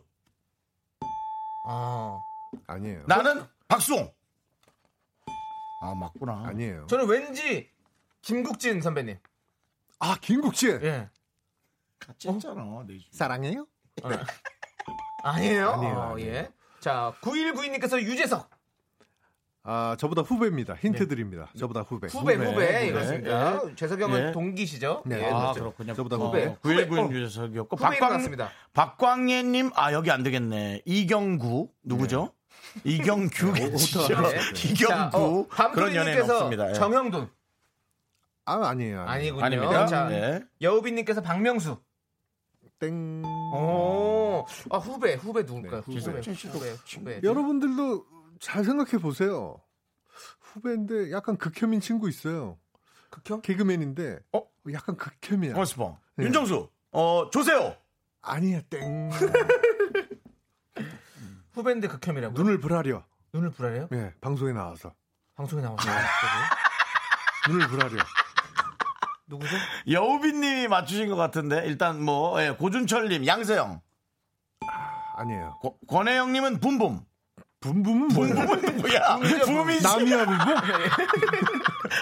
Speaker 2: 아,
Speaker 7: 아니에요.
Speaker 1: 나는 박수홍. 아, 맞구나.
Speaker 7: 아니에요.
Speaker 2: 저는 왠지 김국진 선배님.
Speaker 7: 아, 김국진.
Speaker 2: 예.
Speaker 1: 같이 했잖아. 네.
Speaker 7: 사랑해요?
Speaker 2: 아니에요?
Speaker 7: 아니에요,
Speaker 2: 어,
Speaker 7: 아니에요.
Speaker 2: 예. 자, 9192님께서 유재석.
Speaker 7: 아, 저보다 후배입니다. 힌트 드립니다. 저보다 후배.
Speaker 2: 후배,
Speaker 1: 후배, 네.
Speaker 2: 후배.
Speaker 1: 후배.
Speaker 2: 이렇습니다. 재석 형은
Speaker 1: 예.
Speaker 2: 동기시죠?
Speaker 7: 네.
Speaker 2: 예,
Speaker 1: 아,
Speaker 2: 그렇죠.
Speaker 1: 그렇군요.
Speaker 7: 저보다
Speaker 2: 후배.
Speaker 1: 어, 9191
Speaker 2: 후배.
Speaker 1: 유재석이었고
Speaker 2: 후배인 것
Speaker 1: 박광
Speaker 2: 같습니다.
Speaker 1: 박광예 님. 아, 여기 안 되겠네. 이경구 누구죠? 이경규 겠죠.
Speaker 2: 네. 자, 어,
Speaker 1: 이경구 그런 연예인 없습니다.
Speaker 2: 밤프리님께서
Speaker 1: 예.
Speaker 2: 정형돈
Speaker 7: 아, 아니에요. 아니에요.
Speaker 2: 아니군요.
Speaker 1: 아닙니다.
Speaker 2: 자,
Speaker 1: 네.
Speaker 2: 여우빈님께서 박명수.
Speaker 7: 땡.
Speaker 2: 어,
Speaker 1: 음.
Speaker 2: 오, 아 후배, 후배 누굴까요?
Speaker 7: 네,
Speaker 2: 후배, 후배, 후배.
Speaker 7: 여러분들도 잘 생각해 보세요. 후배인데 약간 극혐인 친구 있어요.
Speaker 9: 극혐?
Speaker 7: 개그맨인데
Speaker 1: 어?
Speaker 7: 약간 극혐이야.
Speaker 1: 고맙습니다.
Speaker 7: 네.
Speaker 1: 윤정수, 어, 조세호.
Speaker 7: 아니야 땡.
Speaker 9: 후배인데 극혐이라고.
Speaker 7: 눈을 부라려.
Speaker 9: 눈을 불알해요?
Speaker 7: 예, 방송에 나와서
Speaker 9: 방송에 나오는
Speaker 7: 눈을 부라려.
Speaker 9: 누구죠?
Speaker 1: 여우빈님이 맞추신 것 같은데 일단 뭐 예, 고준철님, 양세형,
Speaker 7: 아니에요.
Speaker 1: 고- 권혜영님은 붐붐.
Speaker 7: 붐붐은 뭐야?
Speaker 1: 붐붐은 뭐야? 붐이
Speaker 7: 남이야 붐붐.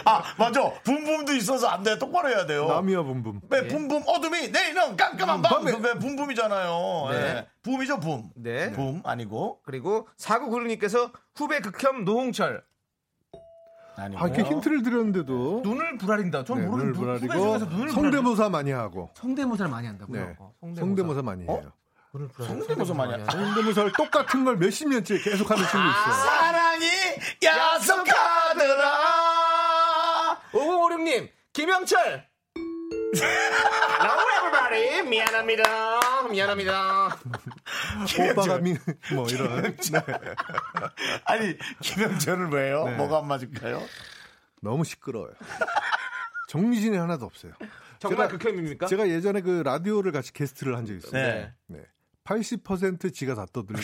Speaker 1: 아 맞아. 붐붐도 있어서 안 돼. 똑바로 해야 돼요.
Speaker 7: 남이야 붐붐.
Speaker 1: 왜 붐붐 어둠이 내리는 깜깜한 밤.
Speaker 7: 밤에.
Speaker 1: 왜 붐붐이잖아요.
Speaker 9: 네.
Speaker 1: 예. 붐이죠 붐.
Speaker 9: 네.
Speaker 1: 붐 아니고
Speaker 9: 그리고 4996님께서 후배 극혐 노홍철.
Speaker 1: 아니고.
Speaker 7: 아,
Speaker 1: 어?
Speaker 7: 이렇게 힌트를 드렸는데도
Speaker 9: 눈을 불알인다. 전
Speaker 7: 네,
Speaker 9: 모르는
Speaker 7: 눈을
Speaker 9: 눈, 후배 중에서
Speaker 7: 부라리고
Speaker 9: 눈을 불알-
Speaker 7: 성대모사 많이 하고
Speaker 9: 성대모사를 많이 한다고요?
Speaker 7: 네.
Speaker 9: 어,
Speaker 7: 성대모사 많이
Speaker 1: 어?
Speaker 7: 해요.
Speaker 9: 눈을 불알-
Speaker 1: 성대모사 많이 하-
Speaker 9: 하는
Speaker 7: 성대모사를 똑같은 걸 몇십 년째 계속하는
Speaker 9: 아,
Speaker 7: 친구 있어요.
Speaker 1: 사랑이 약속하더라.
Speaker 9: 5056님 김영철 Hello everybody 미안합니다
Speaker 1: 아,
Speaker 9: 미안합니다 아,
Speaker 7: 오빠가 미, 뭐 이런
Speaker 1: 아니 김영철을 왜요? 뭐가 안 맞을까요?
Speaker 7: 너무 시끄러워요. 정신이 하나도 없어요.
Speaker 9: 그러니까? 정말
Speaker 7: 제가-
Speaker 9: 극혐입니까?
Speaker 7: 제가 예전에 그 라디오를 같이 게스트를 한 적이 있어요.
Speaker 1: 네.
Speaker 9: 네.
Speaker 7: 네. 80% 지가 다 떠들고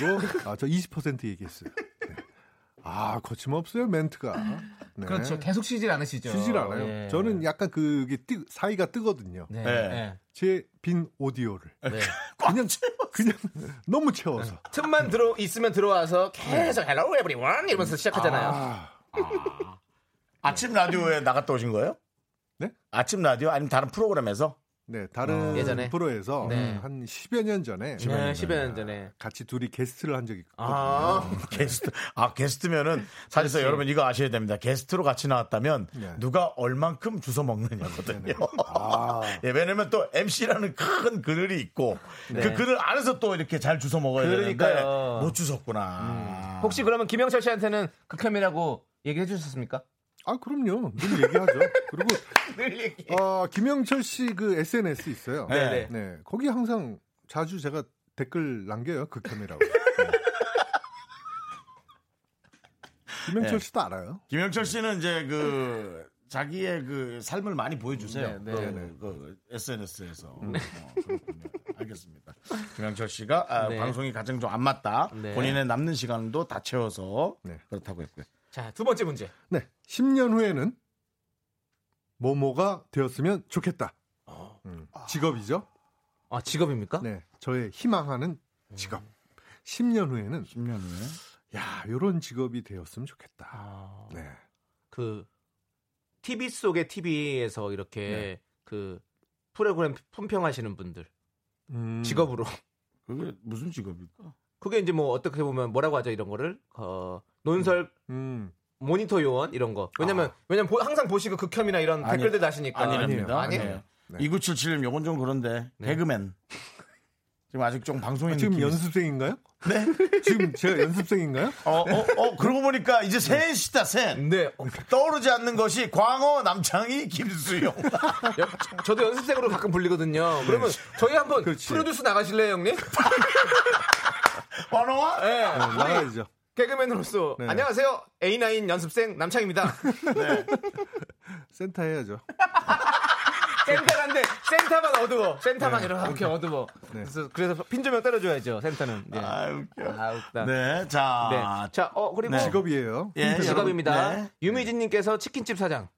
Speaker 7: 아, 저 20% 얘기했어요. 네. 아 거침없어요 멘트가. 네.
Speaker 9: 그렇죠 계속 쉬질 않으시죠
Speaker 7: 쉬질 않아요.
Speaker 9: 예.
Speaker 7: 저는 약간 그게 뜨- 사이가 뜨거든요.
Speaker 9: 네.
Speaker 1: 네.
Speaker 9: 네.
Speaker 7: 제 빈 오디오를
Speaker 9: 네.
Speaker 7: 그냥 그냥 너무 채워서
Speaker 9: 틈만 들어 있으면 들어와서 계속 Hello everyone
Speaker 2: 음.
Speaker 9: 이러면서 시작하잖아요
Speaker 7: 아,
Speaker 1: 아침 라디오에 나갔다 오신 거예요?
Speaker 7: 네?
Speaker 1: 아침 라디오 아니면 다른 프로그램에서?
Speaker 7: 네 다른
Speaker 9: 어, 예전에?
Speaker 7: 프로에서
Speaker 9: 네.
Speaker 7: 한 10여 년 전에
Speaker 9: 네, 10여 년 전에
Speaker 7: 같이 둘이 게스트를 한 적이 있거든요.
Speaker 9: 아
Speaker 1: 게스트 아 게스트면은 사실상 여러분 이거 아셔야 됩니다. 게스트로 같이 나왔다면
Speaker 7: 네.
Speaker 1: 누가 얼만큼 주워 먹느냐거든요.
Speaker 7: 아.
Speaker 1: 예, 왜냐면 또 MC라는 큰 그늘이 있고 그 그늘 안에서 또 이렇게 잘 주워 먹어야
Speaker 9: 네. 그러니까요. 음.
Speaker 1: 되는데 못 주웠구나.
Speaker 9: 혹시 그러면 김영철 씨한테는 극혐이라고 얘기해 주셨습니까?
Speaker 7: 아, 그럼요. 늘 얘기하죠. 그리고
Speaker 9: 늘 얘기
Speaker 7: 어, 김영철 씨 그 SNS 있어요.
Speaker 1: 네.
Speaker 7: 네, 거기 항상 자주 제가 댓글 남겨요. 극혐이라고. 네. 김영철 씨도 알아요.
Speaker 1: 김영철 씨는 이제 그 자기의 그 삶을 많이 보여주세요.
Speaker 9: 네,
Speaker 1: 그,
Speaker 9: 네.
Speaker 1: SNS에서. 어, 알겠습니다. 김영철 씨가 아,
Speaker 9: 네.
Speaker 1: 방송이 가장 좀 안 맞다.
Speaker 9: 네.
Speaker 1: 본인의 남는 시간도 다 채워서
Speaker 7: 네.
Speaker 1: 그렇다고 했고요.
Speaker 9: 자 두 번째 문제
Speaker 7: 네. 10년 후에는 모모가 되었으면 좋겠다. 음, 직업이죠.
Speaker 9: 아 직업입니까?
Speaker 7: 네. 저의 희망하는 직업. 10년 후에는
Speaker 1: 10년 후에.
Speaker 7: 야, 요런 직업이 되었으면 좋겠다.
Speaker 9: 아...
Speaker 7: 네.
Speaker 2: 그 TV 속의 TV에서 이렇게
Speaker 9: 네.
Speaker 2: 그 프로그램 품평하시는 분들
Speaker 7: 음,
Speaker 2: 직업으로
Speaker 1: 그게 무슨 직업일까?
Speaker 2: 그게 이제 뭐 어떻게 보면 뭐라고 하죠 이런 거를 어 논설
Speaker 7: 음.
Speaker 2: 모니터 요원 이런 거
Speaker 9: 왜냐면 왜냐면 보- 항상 보시고 극혐이나 이런
Speaker 1: 아니요.
Speaker 9: 댓글들 나시니까
Speaker 1: 아니랍니다.
Speaker 9: 아니에요.
Speaker 1: 아니에요.
Speaker 7: 네.
Speaker 1: 2977님 요건 좀 그런데
Speaker 2: 네.
Speaker 1: 개그맨. 지금 아직 좀 방송인
Speaker 7: 지금
Speaker 1: 느낌이 있어요.
Speaker 7: 연습생인가요?
Speaker 1: 음, 네.
Speaker 7: 지금 제가 연습생인가요?
Speaker 1: 어, 어, 어, 그러고 보니까 이제 셋이다, 셋.
Speaker 7: 음.
Speaker 9: 네, 어,
Speaker 1: 떠오르지 않는 것이 광어, 남창희, 김수영.
Speaker 9: 여- 저도 연습생으로 가끔 불리거든요. 그러면 저희 한번
Speaker 7: 그렇지.
Speaker 9: 프로듀스 나가실래요, 형님?
Speaker 1: 번호와?
Speaker 9: 네.
Speaker 2: 아,
Speaker 7: 나가야죠.
Speaker 9: 개그맨으로서
Speaker 7: 아, 네.
Speaker 9: 안녕하세요. A9 연습생 남창입니다.
Speaker 7: 센터 해야죠.
Speaker 9: 센터란데 센터만 어두워. 센터만 이렇게 어두워.
Speaker 7: 네.
Speaker 9: 그래서, 그래서 핀조명 때려줘야죠. 센터는. 네. 아,
Speaker 1: 아, 웃겨.
Speaker 9: 웃다. 네.
Speaker 1: 네, 자.
Speaker 9: 자, 어 그리고
Speaker 1: 네.
Speaker 9: 직업,
Speaker 7: 직업이에요.
Speaker 1: 예,
Speaker 9: 입니다
Speaker 1: 여러분, 네.
Speaker 2: 유미진님께서 치킨집 사장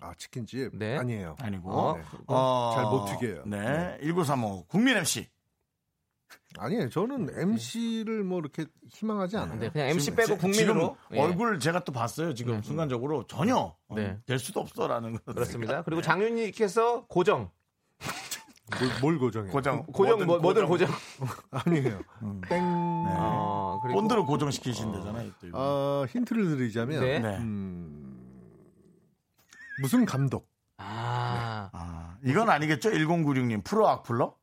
Speaker 7: 아 치킨집
Speaker 2: 네.
Speaker 7: 아니에요.
Speaker 1: 아니고.
Speaker 7: 네.
Speaker 1: 어,
Speaker 7: 잘못 튀겨요.
Speaker 1: 네. 1935. 국민 MC.
Speaker 7: 아니에요. 저는 MC를 뭐 이렇게 희망하지 않아요.
Speaker 2: 네, 그냥 MC
Speaker 1: 지금
Speaker 2: 빼고
Speaker 1: 지-
Speaker 2: 국민으로
Speaker 1: 지금
Speaker 2: 예,
Speaker 1: 얼굴 제가 또 봤어요. 지금 순간적으로 전혀 어,
Speaker 2: 네.
Speaker 1: 될 수도 없어라는 거. 네.
Speaker 2: 그렇습니다. 그리고 장윤님께서 고정
Speaker 7: 뭘, 뭘 고정해요?
Speaker 1: 고정.
Speaker 2: 고정 뭐 뭐든 고정
Speaker 7: 아니에요. 땡.
Speaker 2: 어 그리고
Speaker 1: 본드로 고정시키신다잖아요. 또 이거.
Speaker 7: 어, 힌트를 드리자면 음,
Speaker 2: 네.
Speaker 1: 네.
Speaker 7: 무슨 감독?
Speaker 2: 아
Speaker 1: 아, 이건 아니겠죠? 1096님. 프로 악플러?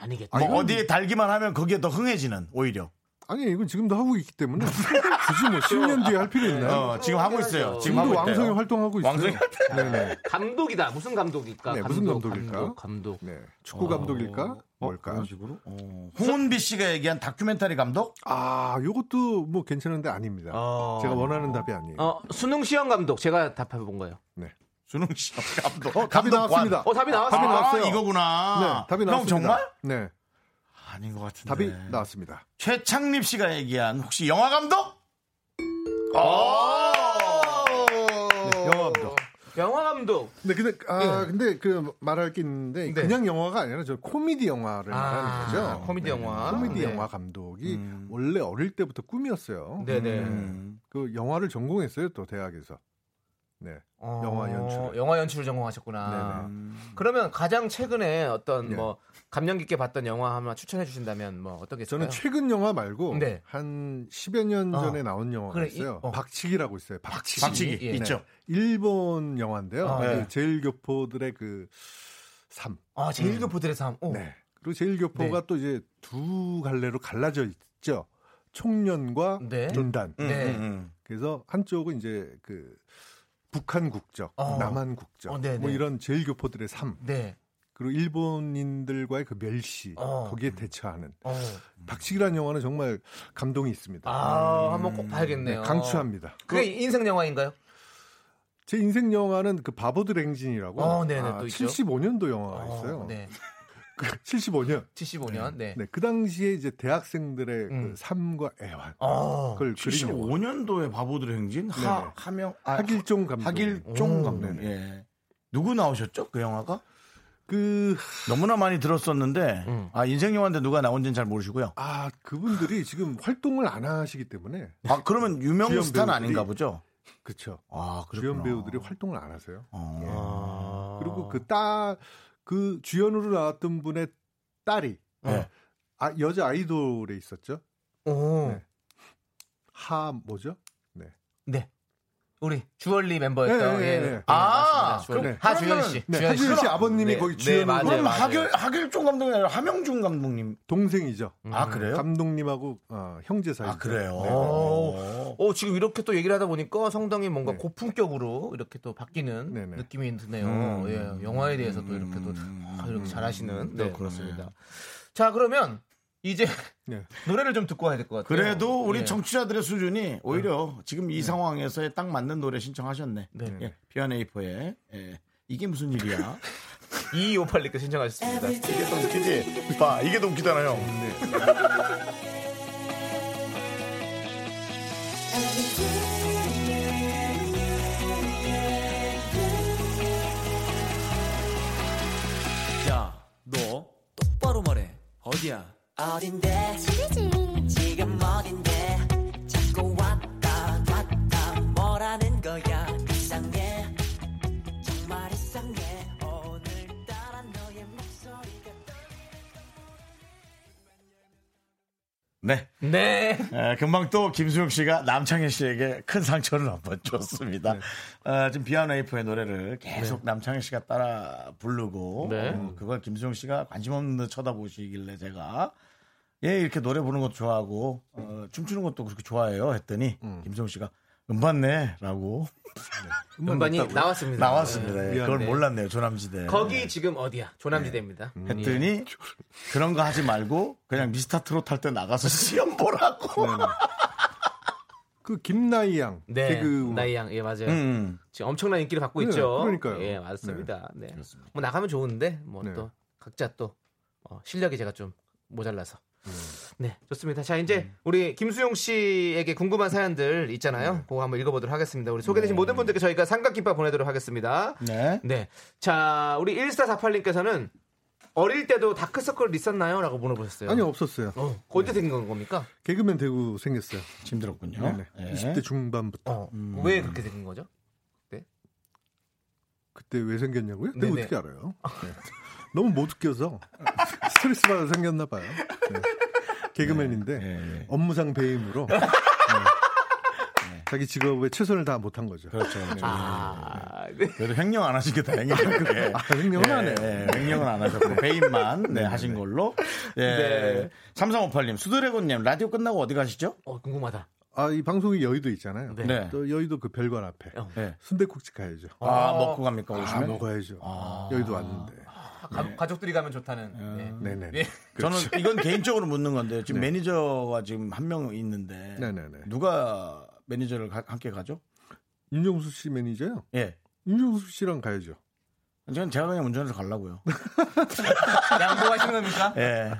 Speaker 2: 아니겠다.
Speaker 1: 뭐
Speaker 7: 이건-
Speaker 1: 어디에 달기만 하면 거기에 더 흥해지는 오히려.
Speaker 7: 아니 이건 지금도 하고 있기 때문에 굳이 뭐 10년 뒤에 할 필요 있나요?
Speaker 1: 어, 지금 하고 있어요. 지금
Speaker 7: 지금도
Speaker 1: 하고
Speaker 7: 왕성히
Speaker 1: 있대요.
Speaker 7: 활동하고 있어요.
Speaker 1: 왕성히
Speaker 7: 네네.
Speaker 2: 감독이다 무슨 감독일까?
Speaker 7: 네, 무슨
Speaker 2: 감독,
Speaker 7: 감독일까?
Speaker 2: 감독 감독
Speaker 7: 네. 축구 감독일까? 뭘까요?
Speaker 1: 어. 그런 식으로? 어. 홍은비 씨가 얘기한 다큐멘터리 감독?
Speaker 7: 아, 요것도 뭐 괜찮은데 아닙니다.
Speaker 2: 어.
Speaker 7: 제가 뭐- 원하는 답이 아니에요.
Speaker 2: 어, 수능 시험 감독 제가 답해 본 거예요.
Speaker 7: 네.
Speaker 1: 준웅 씨 감독. 아,
Speaker 7: 어, 답이 나왔습니다.
Speaker 2: 어, 답이 나왔어.
Speaker 1: 답이
Speaker 2: 요
Speaker 1: 나왔어요.
Speaker 7: 나왔어요.
Speaker 1: 이거구나.
Speaker 7: 네, 답이
Speaker 1: 형
Speaker 7: 나왔습니다.
Speaker 1: 정말? 네.
Speaker 7: 네,
Speaker 1: 아닌 것 같은데.
Speaker 7: 답이 나왔습니다.
Speaker 1: 최창립 씨가 얘기한 혹시 영화 감독? 어! 오!
Speaker 7: 네, 영화 감독.
Speaker 2: 어, 영화 감독.
Speaker 7: 네, 근데 아, 근데 그 말할 게 있는데
Speaker 9: 네.
Speaker 7: 그냥 영화가 아니라 저 코미디 영화를 말하는 거죠.
Speaker 9: 코미디 영화.
Speaker 7: 코미디
Speaker 9: 네.
Speaker 7: 영화 감독이 원래 어릴 때부터 꿈이었어요.
Speaker 2: 네네.
Speaker 1: 음.
Speaker 7: 그 영화를 전공했어요, 또 대학에서. 네.
Speaker 2: 어,
Speaker 7: 영화 연출.
Speaker 2: 영화 연출을 전공하셨구나. 그러면 가장 최근에 어떤
Speaker 7: 네.
Speaker 2: 뭐 감명 깊게 봤던 영화 하나 추천해 주신다면 뭐 어떻겠어요?
Speaker 7: 저는 최근 영화 말고
Speaker 2: 네.
Speaker 7: 한 10여 년
Speaker 2: 어.
Speaker 7: 전에 나온 영화가
Speaker 2: 그래, 이-
Speaker 7: 있어요.
Speaker 2: 어.
Speaker 7: 박치기라고 있어요. 박치기.
Speaker 1: 박치기
Speaker 2: 예.
Speaker 1: 있죠.
Speaker 7: 일본 영화인데요.
Speaker 2: 아, 네.
Speaker 7: 그 제일교포들의 그 삶.
Speaker 2: 아, 제일 교포들의 삶. 어.
Speaker 7: 네. 그리고
Speaker 2: 네.
Speaker 7: 제일교포가 또 이제 두 갈래로 갈라져 있죠. 총련과
Speaker 2: 네.
Speaker 7: 인단.
Speaker 2: 네.
Speaker 1: 음, 음.
Speaker 7: 그래서 한쪽은 이제 그 북한 국적,
Speaker 2: 어.
Speaker 7: 남한 국적,
Speaker 2: 어, 네,
Speaker 7: 뭐
Speaker 2: 네.
Speaker 7: 이런 제일교포들의 삶,
Speaker 2: 네.
Speaker 7: 그리고 일본인들과의 그 멸시
Speaker 2: 어.
Speaker 7: 거기에 대처하는
Speaker 2: 어.
Speaker 7: 박치기라는 영화는 정말 감동이 있습니다.
Speaker 2: 아, 한번 꼭 봐야겠네요.
Speaker 7: 강추합니다.
Speaker 2: 그게 인생 영화인가요?
Speaker 7: 제 인생 영화는 그 바보들 행진이라고
Speaker 2: 어, 네네, 또 있죠.
Speaker 7: 75년도 영화가 아, 있어요.
Speaker 2: 어, 네.
Speaker 7: 75년.
Speaker 2: 75년. 네.
Speaker 7: 네, 그 당시에 이제 대학생들의
Speaker 2: 음.
Speaker 7: 그 삶과 애환
Speaker 2: 어.
Speaker 7: 그걸 그린 영화.
Speaker 1: 75년도에 바보들의 행진 하
Speaker 7: 네네.
Speaker 1: 하명 아,
Speaker 7: 하길종 감독.
Speaker 1: 하길종
Speaker 2: 오,
Speaker 1: 감독. 예. 누구 나오셨죠? 그 영화가?
Speaker 7: 그
Speaker 1: 너무나 많이 들었었는데
Speaker 2: 음.
Speaker 1: 아 인생 영화인데 누가 나온지는 잘 모르시고요.
Speaker 7: 아, 그분들이 지금 활동을 안 하시기 때문에
Speaker 1: 아 그러면 유명
Speaker 7: 주연
Speaker 1: 스타는
Speaker 7: 배우들이-
Speaker 1: 아닌가 보죠.
Speaker 7: 그렇죠.
Speaker 1: 아 그렇구나.
Speaker 7: 주연 배우들이 활동을 예. 안 하세요.
Speaker 1: 어.
Speaker 2: 아.
Speaker 7: 그리고 그 딸, 그 주연으로 나왔던 분의 딸이
Speaker 1: 네.
Speaker 7: 아, 여자 아이돌에 있었죠.
Speaker 2: 오.
Speaker 7: 네. 하 뭐죠?
Speaker 2: 네. 우리 주얼리 멤버였던
Speaker 7: 예, 예, 예.
Speaker 1: 아,
Speaker 2: 주얼리.
Speaker 7: 그럼-
Speaker 2: 하주현 씨. 네,
Speaker 7: 네, 하주현 씨 아버님이 거기 주연으로-
Speaker 2: 맞아요.
Speaker 1: 그럼
Speaker 2: 맞아요.
Speaker 1: 하길 하길종 감독이 아니라 하명준 감독님.
Speaker 7: 동생이죠.
Speaker 1: 아 그래요?
Speaker 7: 음, 감독님하고 어, 형제 사이.
Speaker 1: 아 그래요.
Speaker 7: 네.
Speaker 1: 오.
Speaker 2: 어, 지금 이렇게 또 얘기를 하다 보니까 상당히 뭔가
Speaker 7: 네.
Speaker 2: 고품격으로 이렇게 또 바뀌는
Speaker 7: 네네. 음.
Speaker 2: 느낌이 드네요. 예, 영화에 대해서 또 이렇게 또 아, 이렇게 잘하시는. 네, 그렇습니다. 자, 그러면 이제
Speaker 7: 네.
Speaker 2: 노래를 좀 듣고 와야 될 것 같아요.
Speaker 1: 그래도 우리
Speaker 2: 예.
Speaker 1: 청취자들의 수준이 오히려 지금 이 상황에서에 딱 맞는 노래 신청하셨네.
Speaker 2: 네.
Speaker 1: 예, 비안 에이퍼의 예, 이게 무슨 일이야?
Speaker 2: 2258님께 신청하셨습니다.
Speaker 1: 이게 더 웃기지? 봐, 이게 더 웃기잖아요.
Speaker 10: 야, 너
Speaker 4: 똑바로 말해
Speaker 10: 어디야?
Speaker 4: 어딘데
Speaker 8: 집이지
Speaker 4: 지금 어딘데 자꾸 왔다 갔다 뭐라는 거야 이상해 정말 이상해 오늘따라 너의 목소리가
Speaker 1: 네.
Speaker 2: 네.
Speaker 1: 에, 금방 또 김수영 씨가 남창희 씨에게 큰 상처를 한 번 줬습니다.
Speaker 2: 네.
Speaker 1: 어, 지금 비안 웨이프의 노래를 계속 남창희 씨가 따라 부르고
Speaker 2: 네.
Speaker 1: 어, 그걸 김수영 씨가 관심 없는 듯 쳐다보시길래 제가 예 이렇게 노래 부르는 것도 좋아하고 어, 춤추는 것도 그렇게 좋아해요 했더니
Speaker 2: 음.
Speaker 1: 김수영 씨가 음반네라고
Speaker 2: 음반이 나왔습니다.
Speaker 1: 나왔습니다. 예, 그걸
Speaker 2: 네. 미안해.
Speaker 1: 몰랐네요 조남지대.
Speaker 2: 거기 지금 예. 어디야? 조남지대입니다.
Speaker 7: 네.
Speaker 2: 음.
Speaker 1: 했더니 그런 거 하지 말고 그냥 미스터 트롯 할 때 나가서 시험 보라고.
Speaker 7: 음. 그 김나희 양.
Speaker 2: 네.
Speaker 7: 개그
Speaker 2: 나이 양, 예, 맞아요.
Speaker 1: 음.
Speaker 2: 지금 엄청난 인기를 받고
Speaker 7: 네,
Speaker 2: 있죠.
Speaker 7: 그러니까요.
Speaker 2: 예, 맞습니다. 네. 뭐 나가면 좋은데 뭐 또
Speaker 7: 네.
Speaker 2: 각자 또 어, 실력이 제가 좀 모자라서.
Speaker 7: 음.
Speaker 2: 네, 좋습니다. 자, 이제 우리 김수용 씨에게 궁금한 사연들 있잖아요.
Speaker 7: 네.
Speaker 2: 그거 한번 읽어보도록 하겠습니다. 우리 소개되신 모든 분들께 저희가 삼각김밥 보내도록 하겠습니다.
Speaker 1: 네.
Speaker 2: 네. 자, 우리 1448님께서는 어릴 때도 다크서클 있었나요? 라고 물어보셨어요.
Speaker 7: 아니 없었어요.
Speaker 2: 어, 언제 생긴 겁니까?
Speaker 7: 개그맨 되고 생겼어요.
Speaker 1: 힘들었군요.
Speaker 7: 네네.
Speaker 1: 예.
Speaker 7: 20대 중반부터.
Speaker 2: 어, 왜 그렇게 생긴 거죠?
Speaker 7: 그때 왜 생겼냐고요? 근데
Speaker 2: 네네.
Speaker 7: 어떻게 알아요? 네. 너무 못 웃겨서 스트레스 받아 생겼나 봐요. 네. 개그맨인데
Speaker 1: 예, 예.
Speaker 7: 업무상 배임으로 네. 자기 직업에 최선을 다 못한 거죠.
Speaker 1: 그렇죠. 그렇죠.
Speaker 2: 아, 네.
Speaker 1: 그래도 횡령 안 하신 게 다행이에요. 그게. 예.
Speaker 7: 아, 횡령은 안 해요.
Speaker 1: 네. 횡령은 안 하셨고, 배임만 네, 하신 걸로. 예.
Speaker 2: 네.
Speaker 1: 3358님, 수드래곤님, 라디오 끝나고 어디 가시죠?
Speaker 2: 어, 궁금하다.
Speaker 7: 아, 이 방송이 여의도 있잖아요.
Speaker 2: 네.
Speaker 1: 네.
Speaker 7: 또 여의도 그 별관 앞에
Speaker 2: 어.
Speaker 1: 네.
Speaker 7: 순댓국집 가야죠.
Speaker 1: 아, 먹고 갑니까,
Speaker 7: 아,
Speaker 1: 오시면?
Speaker 7: 먹어야죠. 여의도 왔는데.
Speaker 9: 아, 가,
Speaker 2: 네.
Speaker 9: 가족들이 가면 좋다는.
Speaker 2: 어.
Speaker 9: 네.
Speaker 7: 네네. 그렇죠.
Speaker 9: 예.
Speaker 1: 저는 이건 개인적으로 묻는 건데 지금 매니저가 지금 한 명 있는데
Speaker 7: 네네네.
Speaker 1: 누가 매니저를 가- 함께 가죠?
Speaker 7: 윤종수 씨 매니저요?
Speaker 1: 예.
Speaker 7: 윤종수 씨랑 가야죠.
Speaker 1: 저는 제가 그냥 운전해서 가려고요.
Speaker 9: 양보하시는 겁니까?
Speaker 1: 예.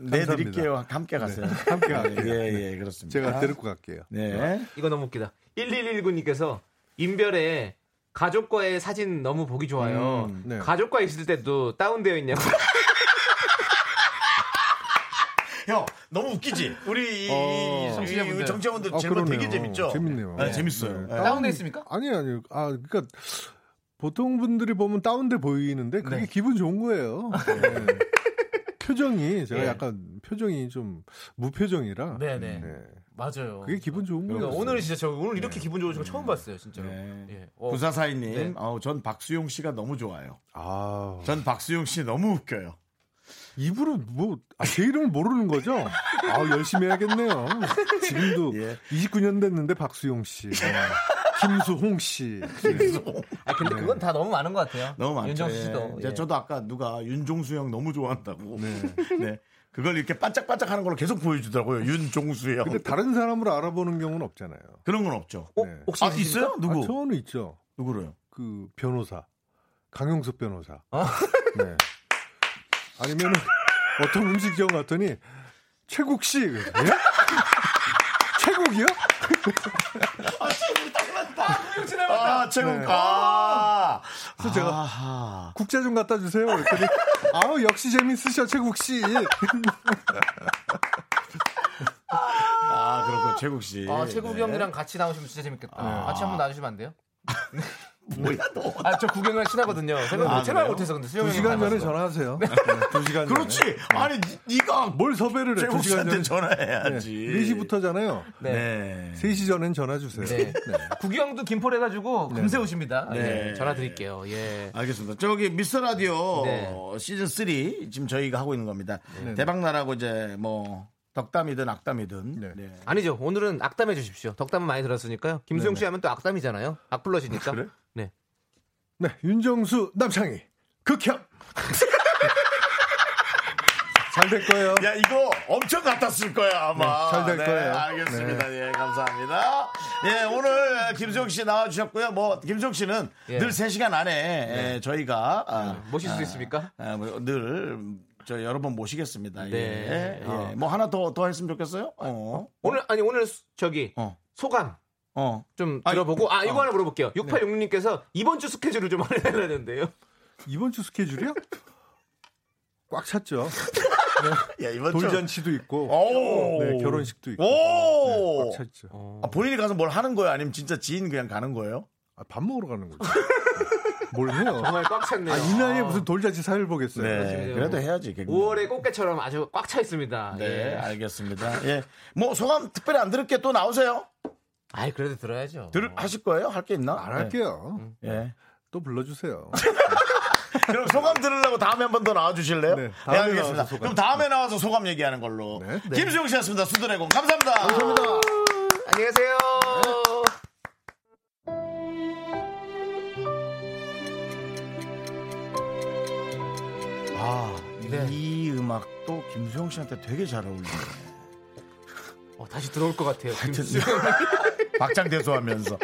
Speaker 1: 내드릴게요. 함께 가세요.
Speaker 7: 함께 갈게요.
Speaker 1: 예, 예, 그렇습니다.
Speaker 7: 제가 데리고 갈게요.
Speaker 1: 네.
Speaker 2: 이거 너무 웃기다. 1119님께서 인별에 가족과의 사진 너무 보기 좋아요.
Speaker 7: 음, 네.
Speaker 2: 가족과 있을 때도 다운되어 있냐고.
Speaker 1: 형, 너무 웃기지? 우리 이
Speaker 7: 어.
Speaker 1: 정치자분들, 정치자분들
Speaker 7: 아,
Speaker 1: 제보 되게
Speaker 7: 그러네요.
Speaker 1: 재밌죠?
Speaker 7: 재밌네요.
Speaker 1: 네, 재밌어요.
Speaker 7: 네.
Speaker 1: 예.
Speaker 9: 다운돼 있습니까?
Speaker 7: 아니요, 아니요. 아, 그러니까 보통 분들이 보면 다운돼 보이는데 그게 기분 좋은 거예요. 네. 표정이 제가
Speaker 9: 예.
Speaker 7: 약간 표정이 좀 무표정이라.
Speaker 2: 음,
Speaker 9: 네네.
Speaker 7: 네.
Speaker 9: 맞아요.
Speaker 7: 그게 기분 좋은 거예요.
Speaker 9: 그러니까 오늘은 진짜 저 오늘
Speaker 2: 네.
Speaker 9: 이렇게 기분 좋으신 거 처음 봤어요, 진짜로.
Speaker 1: 네.
Speaker 9: 예. 어,
Speaker 1: 구사사이님,
Speaker 9: 네.
Speaker 1: 아우, 전 박수용 씨가 너무 좋아요.
Speaker 7: 아
Speaker 1: 전 박수용 씨 너무 웃겨요.
Speaker 7: 입으로 뭐제 이름을 모르는 거죠? 아 열심히 해야겠네요. 지금도
Speaker 1: 예.
Speaker 7: 29년 됐는데 박수용 씨, 뭐 김수홍 씨.
Speaker 9: 아, 근데 그건 다 너무 많은 것 같아요.
Speaker 1: 너무 많죠.
Speaker 9: 윤정수
Speaker 1: 예.
Speaker 9: 씨도.
Speaker 1: 이제
Speaker 9: 예.
Speaker 1: 저도 아까 누가 윤종수 형 너무 좋아한다고. 네. 그걸 이렇게 반짝반짝 하는 걸로 계속 보여주더라고요. 윤종수 형.
Speaker 7: 근데 다른 사람으로 알아보는 경우는 없잖아요.
Speaker 1: 그런 건 없죠.
Speaker 9: 어,
Speaker 7: 네.
Speaker 9: 혹시
Speaker 1: 아,
Speaker 9: 있으십니까?
Speaker 1: 있어요? 누구?
Speaker 7: 아, 저는 있죠.
Speaker 1: 누구로요?
Speaker 7: 그 변호사 강용석 변호사.
Speaker 1: 아.
Speaker 7: 네. 아니면 어떤 음식점 갔더니 최국 씨. 그래서, 예? 최국이요?
Speaker 1: 아, 최근 아. 그래서
Speaker 7: 제가-
Speaker 1: 제가
Speaker 7: 국자 좀 갖다 주세요. 그랬더니 아우 역시 재밌으셔 최국 씨.
Speaker 1: 아, 그렇고 최국 씨.
Speaker 9: 아, 최국이
Speaker 1: 네.
Speaker 9: 형이랑 같이 나오시면 진짜 재밌겠다. 같이 한번 나와주시면 안 돼요?
Speaker 1: 뭐야 너.
Speaker 9: 아, 저 구경을 친하거든요. 생각,
Speaker 1: 아,
Speaker 9: 생각
Speaker 1: 그래요?
Speaker 9: 못해서 근데 수영
Speaker 7: 두
Speaker 9: 형이.
Speaker 7: 시간 전에
Speaker 9: 닮았어.
Speaker 7: 전화하세요. 네, 두 시간.
Speaker 1: 그렇지.
Speaker 7: 전에.
Speaker 1: 아니, 니- 네가
Speaker 7: 뭘 섭외를 해? 두
Speaker 1: 최국
Speaker 7: 시간
Speaker 1: 씨한테
Speaker 7: 전에. 네,
Speaker 1: 전화해야지.
Speaker 7: 4시부터잖아요.
Speaker 9: 네.
Speaker 1: 네.
Speaker 7: 3시 전엔 전화 주세요.
Speaker 9: 네. 구기 형도 김포를 해가지고 금세
Speaker 2: 아,
Speaker 9: 오십니다.
Speaker 1: 네. 아.
Speaker 9: 예, 전화 드릴게요. 예.
Speaker 1: 알겠습니다. 저기 미스터 라디오
Speaker 9: 네.
Speaker 1: 시즌 3 지금 저희가 하고 있는 겁니다. 대박 나라고 이제 뭐 덕담이든 악담이든
Speaker 7: 네.
Speaker 1: 네.
Speaker 2: 아니죠. 오늘은 악담해 주십시오. 덕담은 많이 들었으니까요. 김수영 씨 하면 또 악담이잖아요. 악플러시니까. 네.
Speaker 7: 네, 윤정수 남창희 극혐. 잘 될 거예요.
Speaker 1: 야 이거 엄청 같았을 거야 아마.
Speaker 7: 네, 잘될 거예요.
Speaker 1: 알겠습니다. 예 감사합니다. 예 오늘 김수영 씨 나와주셨고요. 뭐 김수영 씨는
Speaker 2: 예. 네.
Speaker 1: 늘 3시간 안에 예, 저희가 아,
Speaker 2: 모실 수 있습니까?
Speaker 1: 아, 뭐늘 저 여러 번 모시겠습니다. 예.
Speaker 2: 네.
Speaker 1: 예.
Speaker 2: 어.
Speaker 1: 뭐 하나 더 더 했으면 좋겠어요. 어.
Speaker 2: 오늘 아니 오늘 수- 저기
Speaker 1: 어.
Speaker 2: 소감
Speaker 1: 어.
Speaker 2: 좀
Speaker 1: 아니,
Speaker 2: 들어보고 아 이거
Speaker 1: 어.
Speaker 2: 하나 물어볼게요. 6866님께서 이번 주 스케줄을 좀 알려달라는데요.
Speaker 7: 이번 주 스케줄이요? 꽉 찼죠.
Speaker 1: 야 이번 주-
Speaker 7: 돌잔치도 있고
Speaker 1: 오.
Speaker 7: 네, 결혼식도 있고
Speaker 1: 오.
Speaker 7: 꽉 찼죠.
Speaker 1: 아, 본인이 가서 뭘 하는 거예요? 아니면 진짜 지인 그냥 가는 거예요?
Speaker 7: 아, 밥 먹으러 가는 거죠. 뭘 해요?
Speaker 2: 정말 꽉 찼네요.
Speaker 7: 아, 이 나이에
Speaker 2: 아.
Speaker 7: 무슨 돌잔치 사회를 보겠어요.
Speaker 1: 네, 그래도 해야지. 개그맨.
Speaker 2: 5월의 꽃게처럼 아주 꽉 차 있습니다.
Speaker 1: 네,
Speaker 2: 예.
Speaker 1: 알겠습니다. 예, 뭐 소감 특별히 안 들을게 또 나오세요.
Speaker 2: 아이 그래도 들어야죠.
Speaker 1: 들 하실 거예요? 할 게 있나?
Speaker 7: 안 할게요.
Speaker 1: 예. 예.
Speaker 7: 또 불러주세요.
Speaker 1: 그럼 소감 들으려고 다음에 한 번 더 나와 주실래요?
Speaker 7: 네,
Speaker 1: 네,
Speaker 7: 다음에
Speaker 1: 알겠습니다.
Speaker 7: 나와서 소감.
Speaker 1: 그럼 다음에 나와서 소감 얘기하는 걸로.
Speaker 7: 네.
Speaker 1: 김수영 씨였습니다. 수드래곤 감사합니다. 감사합니다.
Speaker 9: 안녕히 계세요.
Speaker 1: 아, 이 음악도 김수영 씨한테 되게 잘 어울리네요.
Speaker 2: 어, 다시 들어올 것 같아요.
Speaker 1: 하여튼 박장대소하면서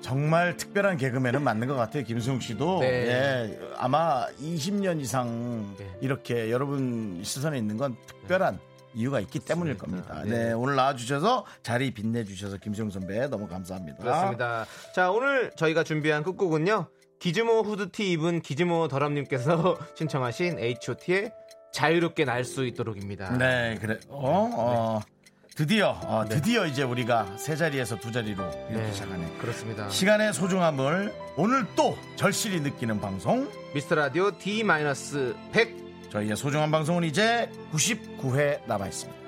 Speaker 1: 정말 특별한 개그맨은 맞는 것 같아요. 김수용 씨도
Speaker 2: 네.
Speaker 1: 예, 아마 20년 이상
Speaker 2: 네.
Speaker 1: 이렇게 여러분 시선에 있는 건 특별한 이유가 있기 때문일 겁니다. 네, 오늘 나와주셔서 자리 빛내주셔서 김수용 선배 너무 감사합니다.
Speaker 2: 그렇습니다. 자 오늘 저희가 준비한 끝곡은요. 기즈모 후드티 입은 기즈모 더럼님께서 신청하신 H.O.T의 자유롭게 날 수 있도록입니다.
Speaker 1: 네, 그래. 어, 어, 드디어 어, 드디어 이제 우리가 세 자리에서 두 자리로 이렇게
Speaker 2: 네.
Speaker 1: 시작하네.
Speaker 2: 그렇습니다.
Speaker 1: 시간의 소중함을 오늘 또 절실히 느끼는 방송.
Speaker 2: 미스터 라디오 D-100
Speaker 1: 저희의 소중한 방송은 이제 99회 남아 있습니다.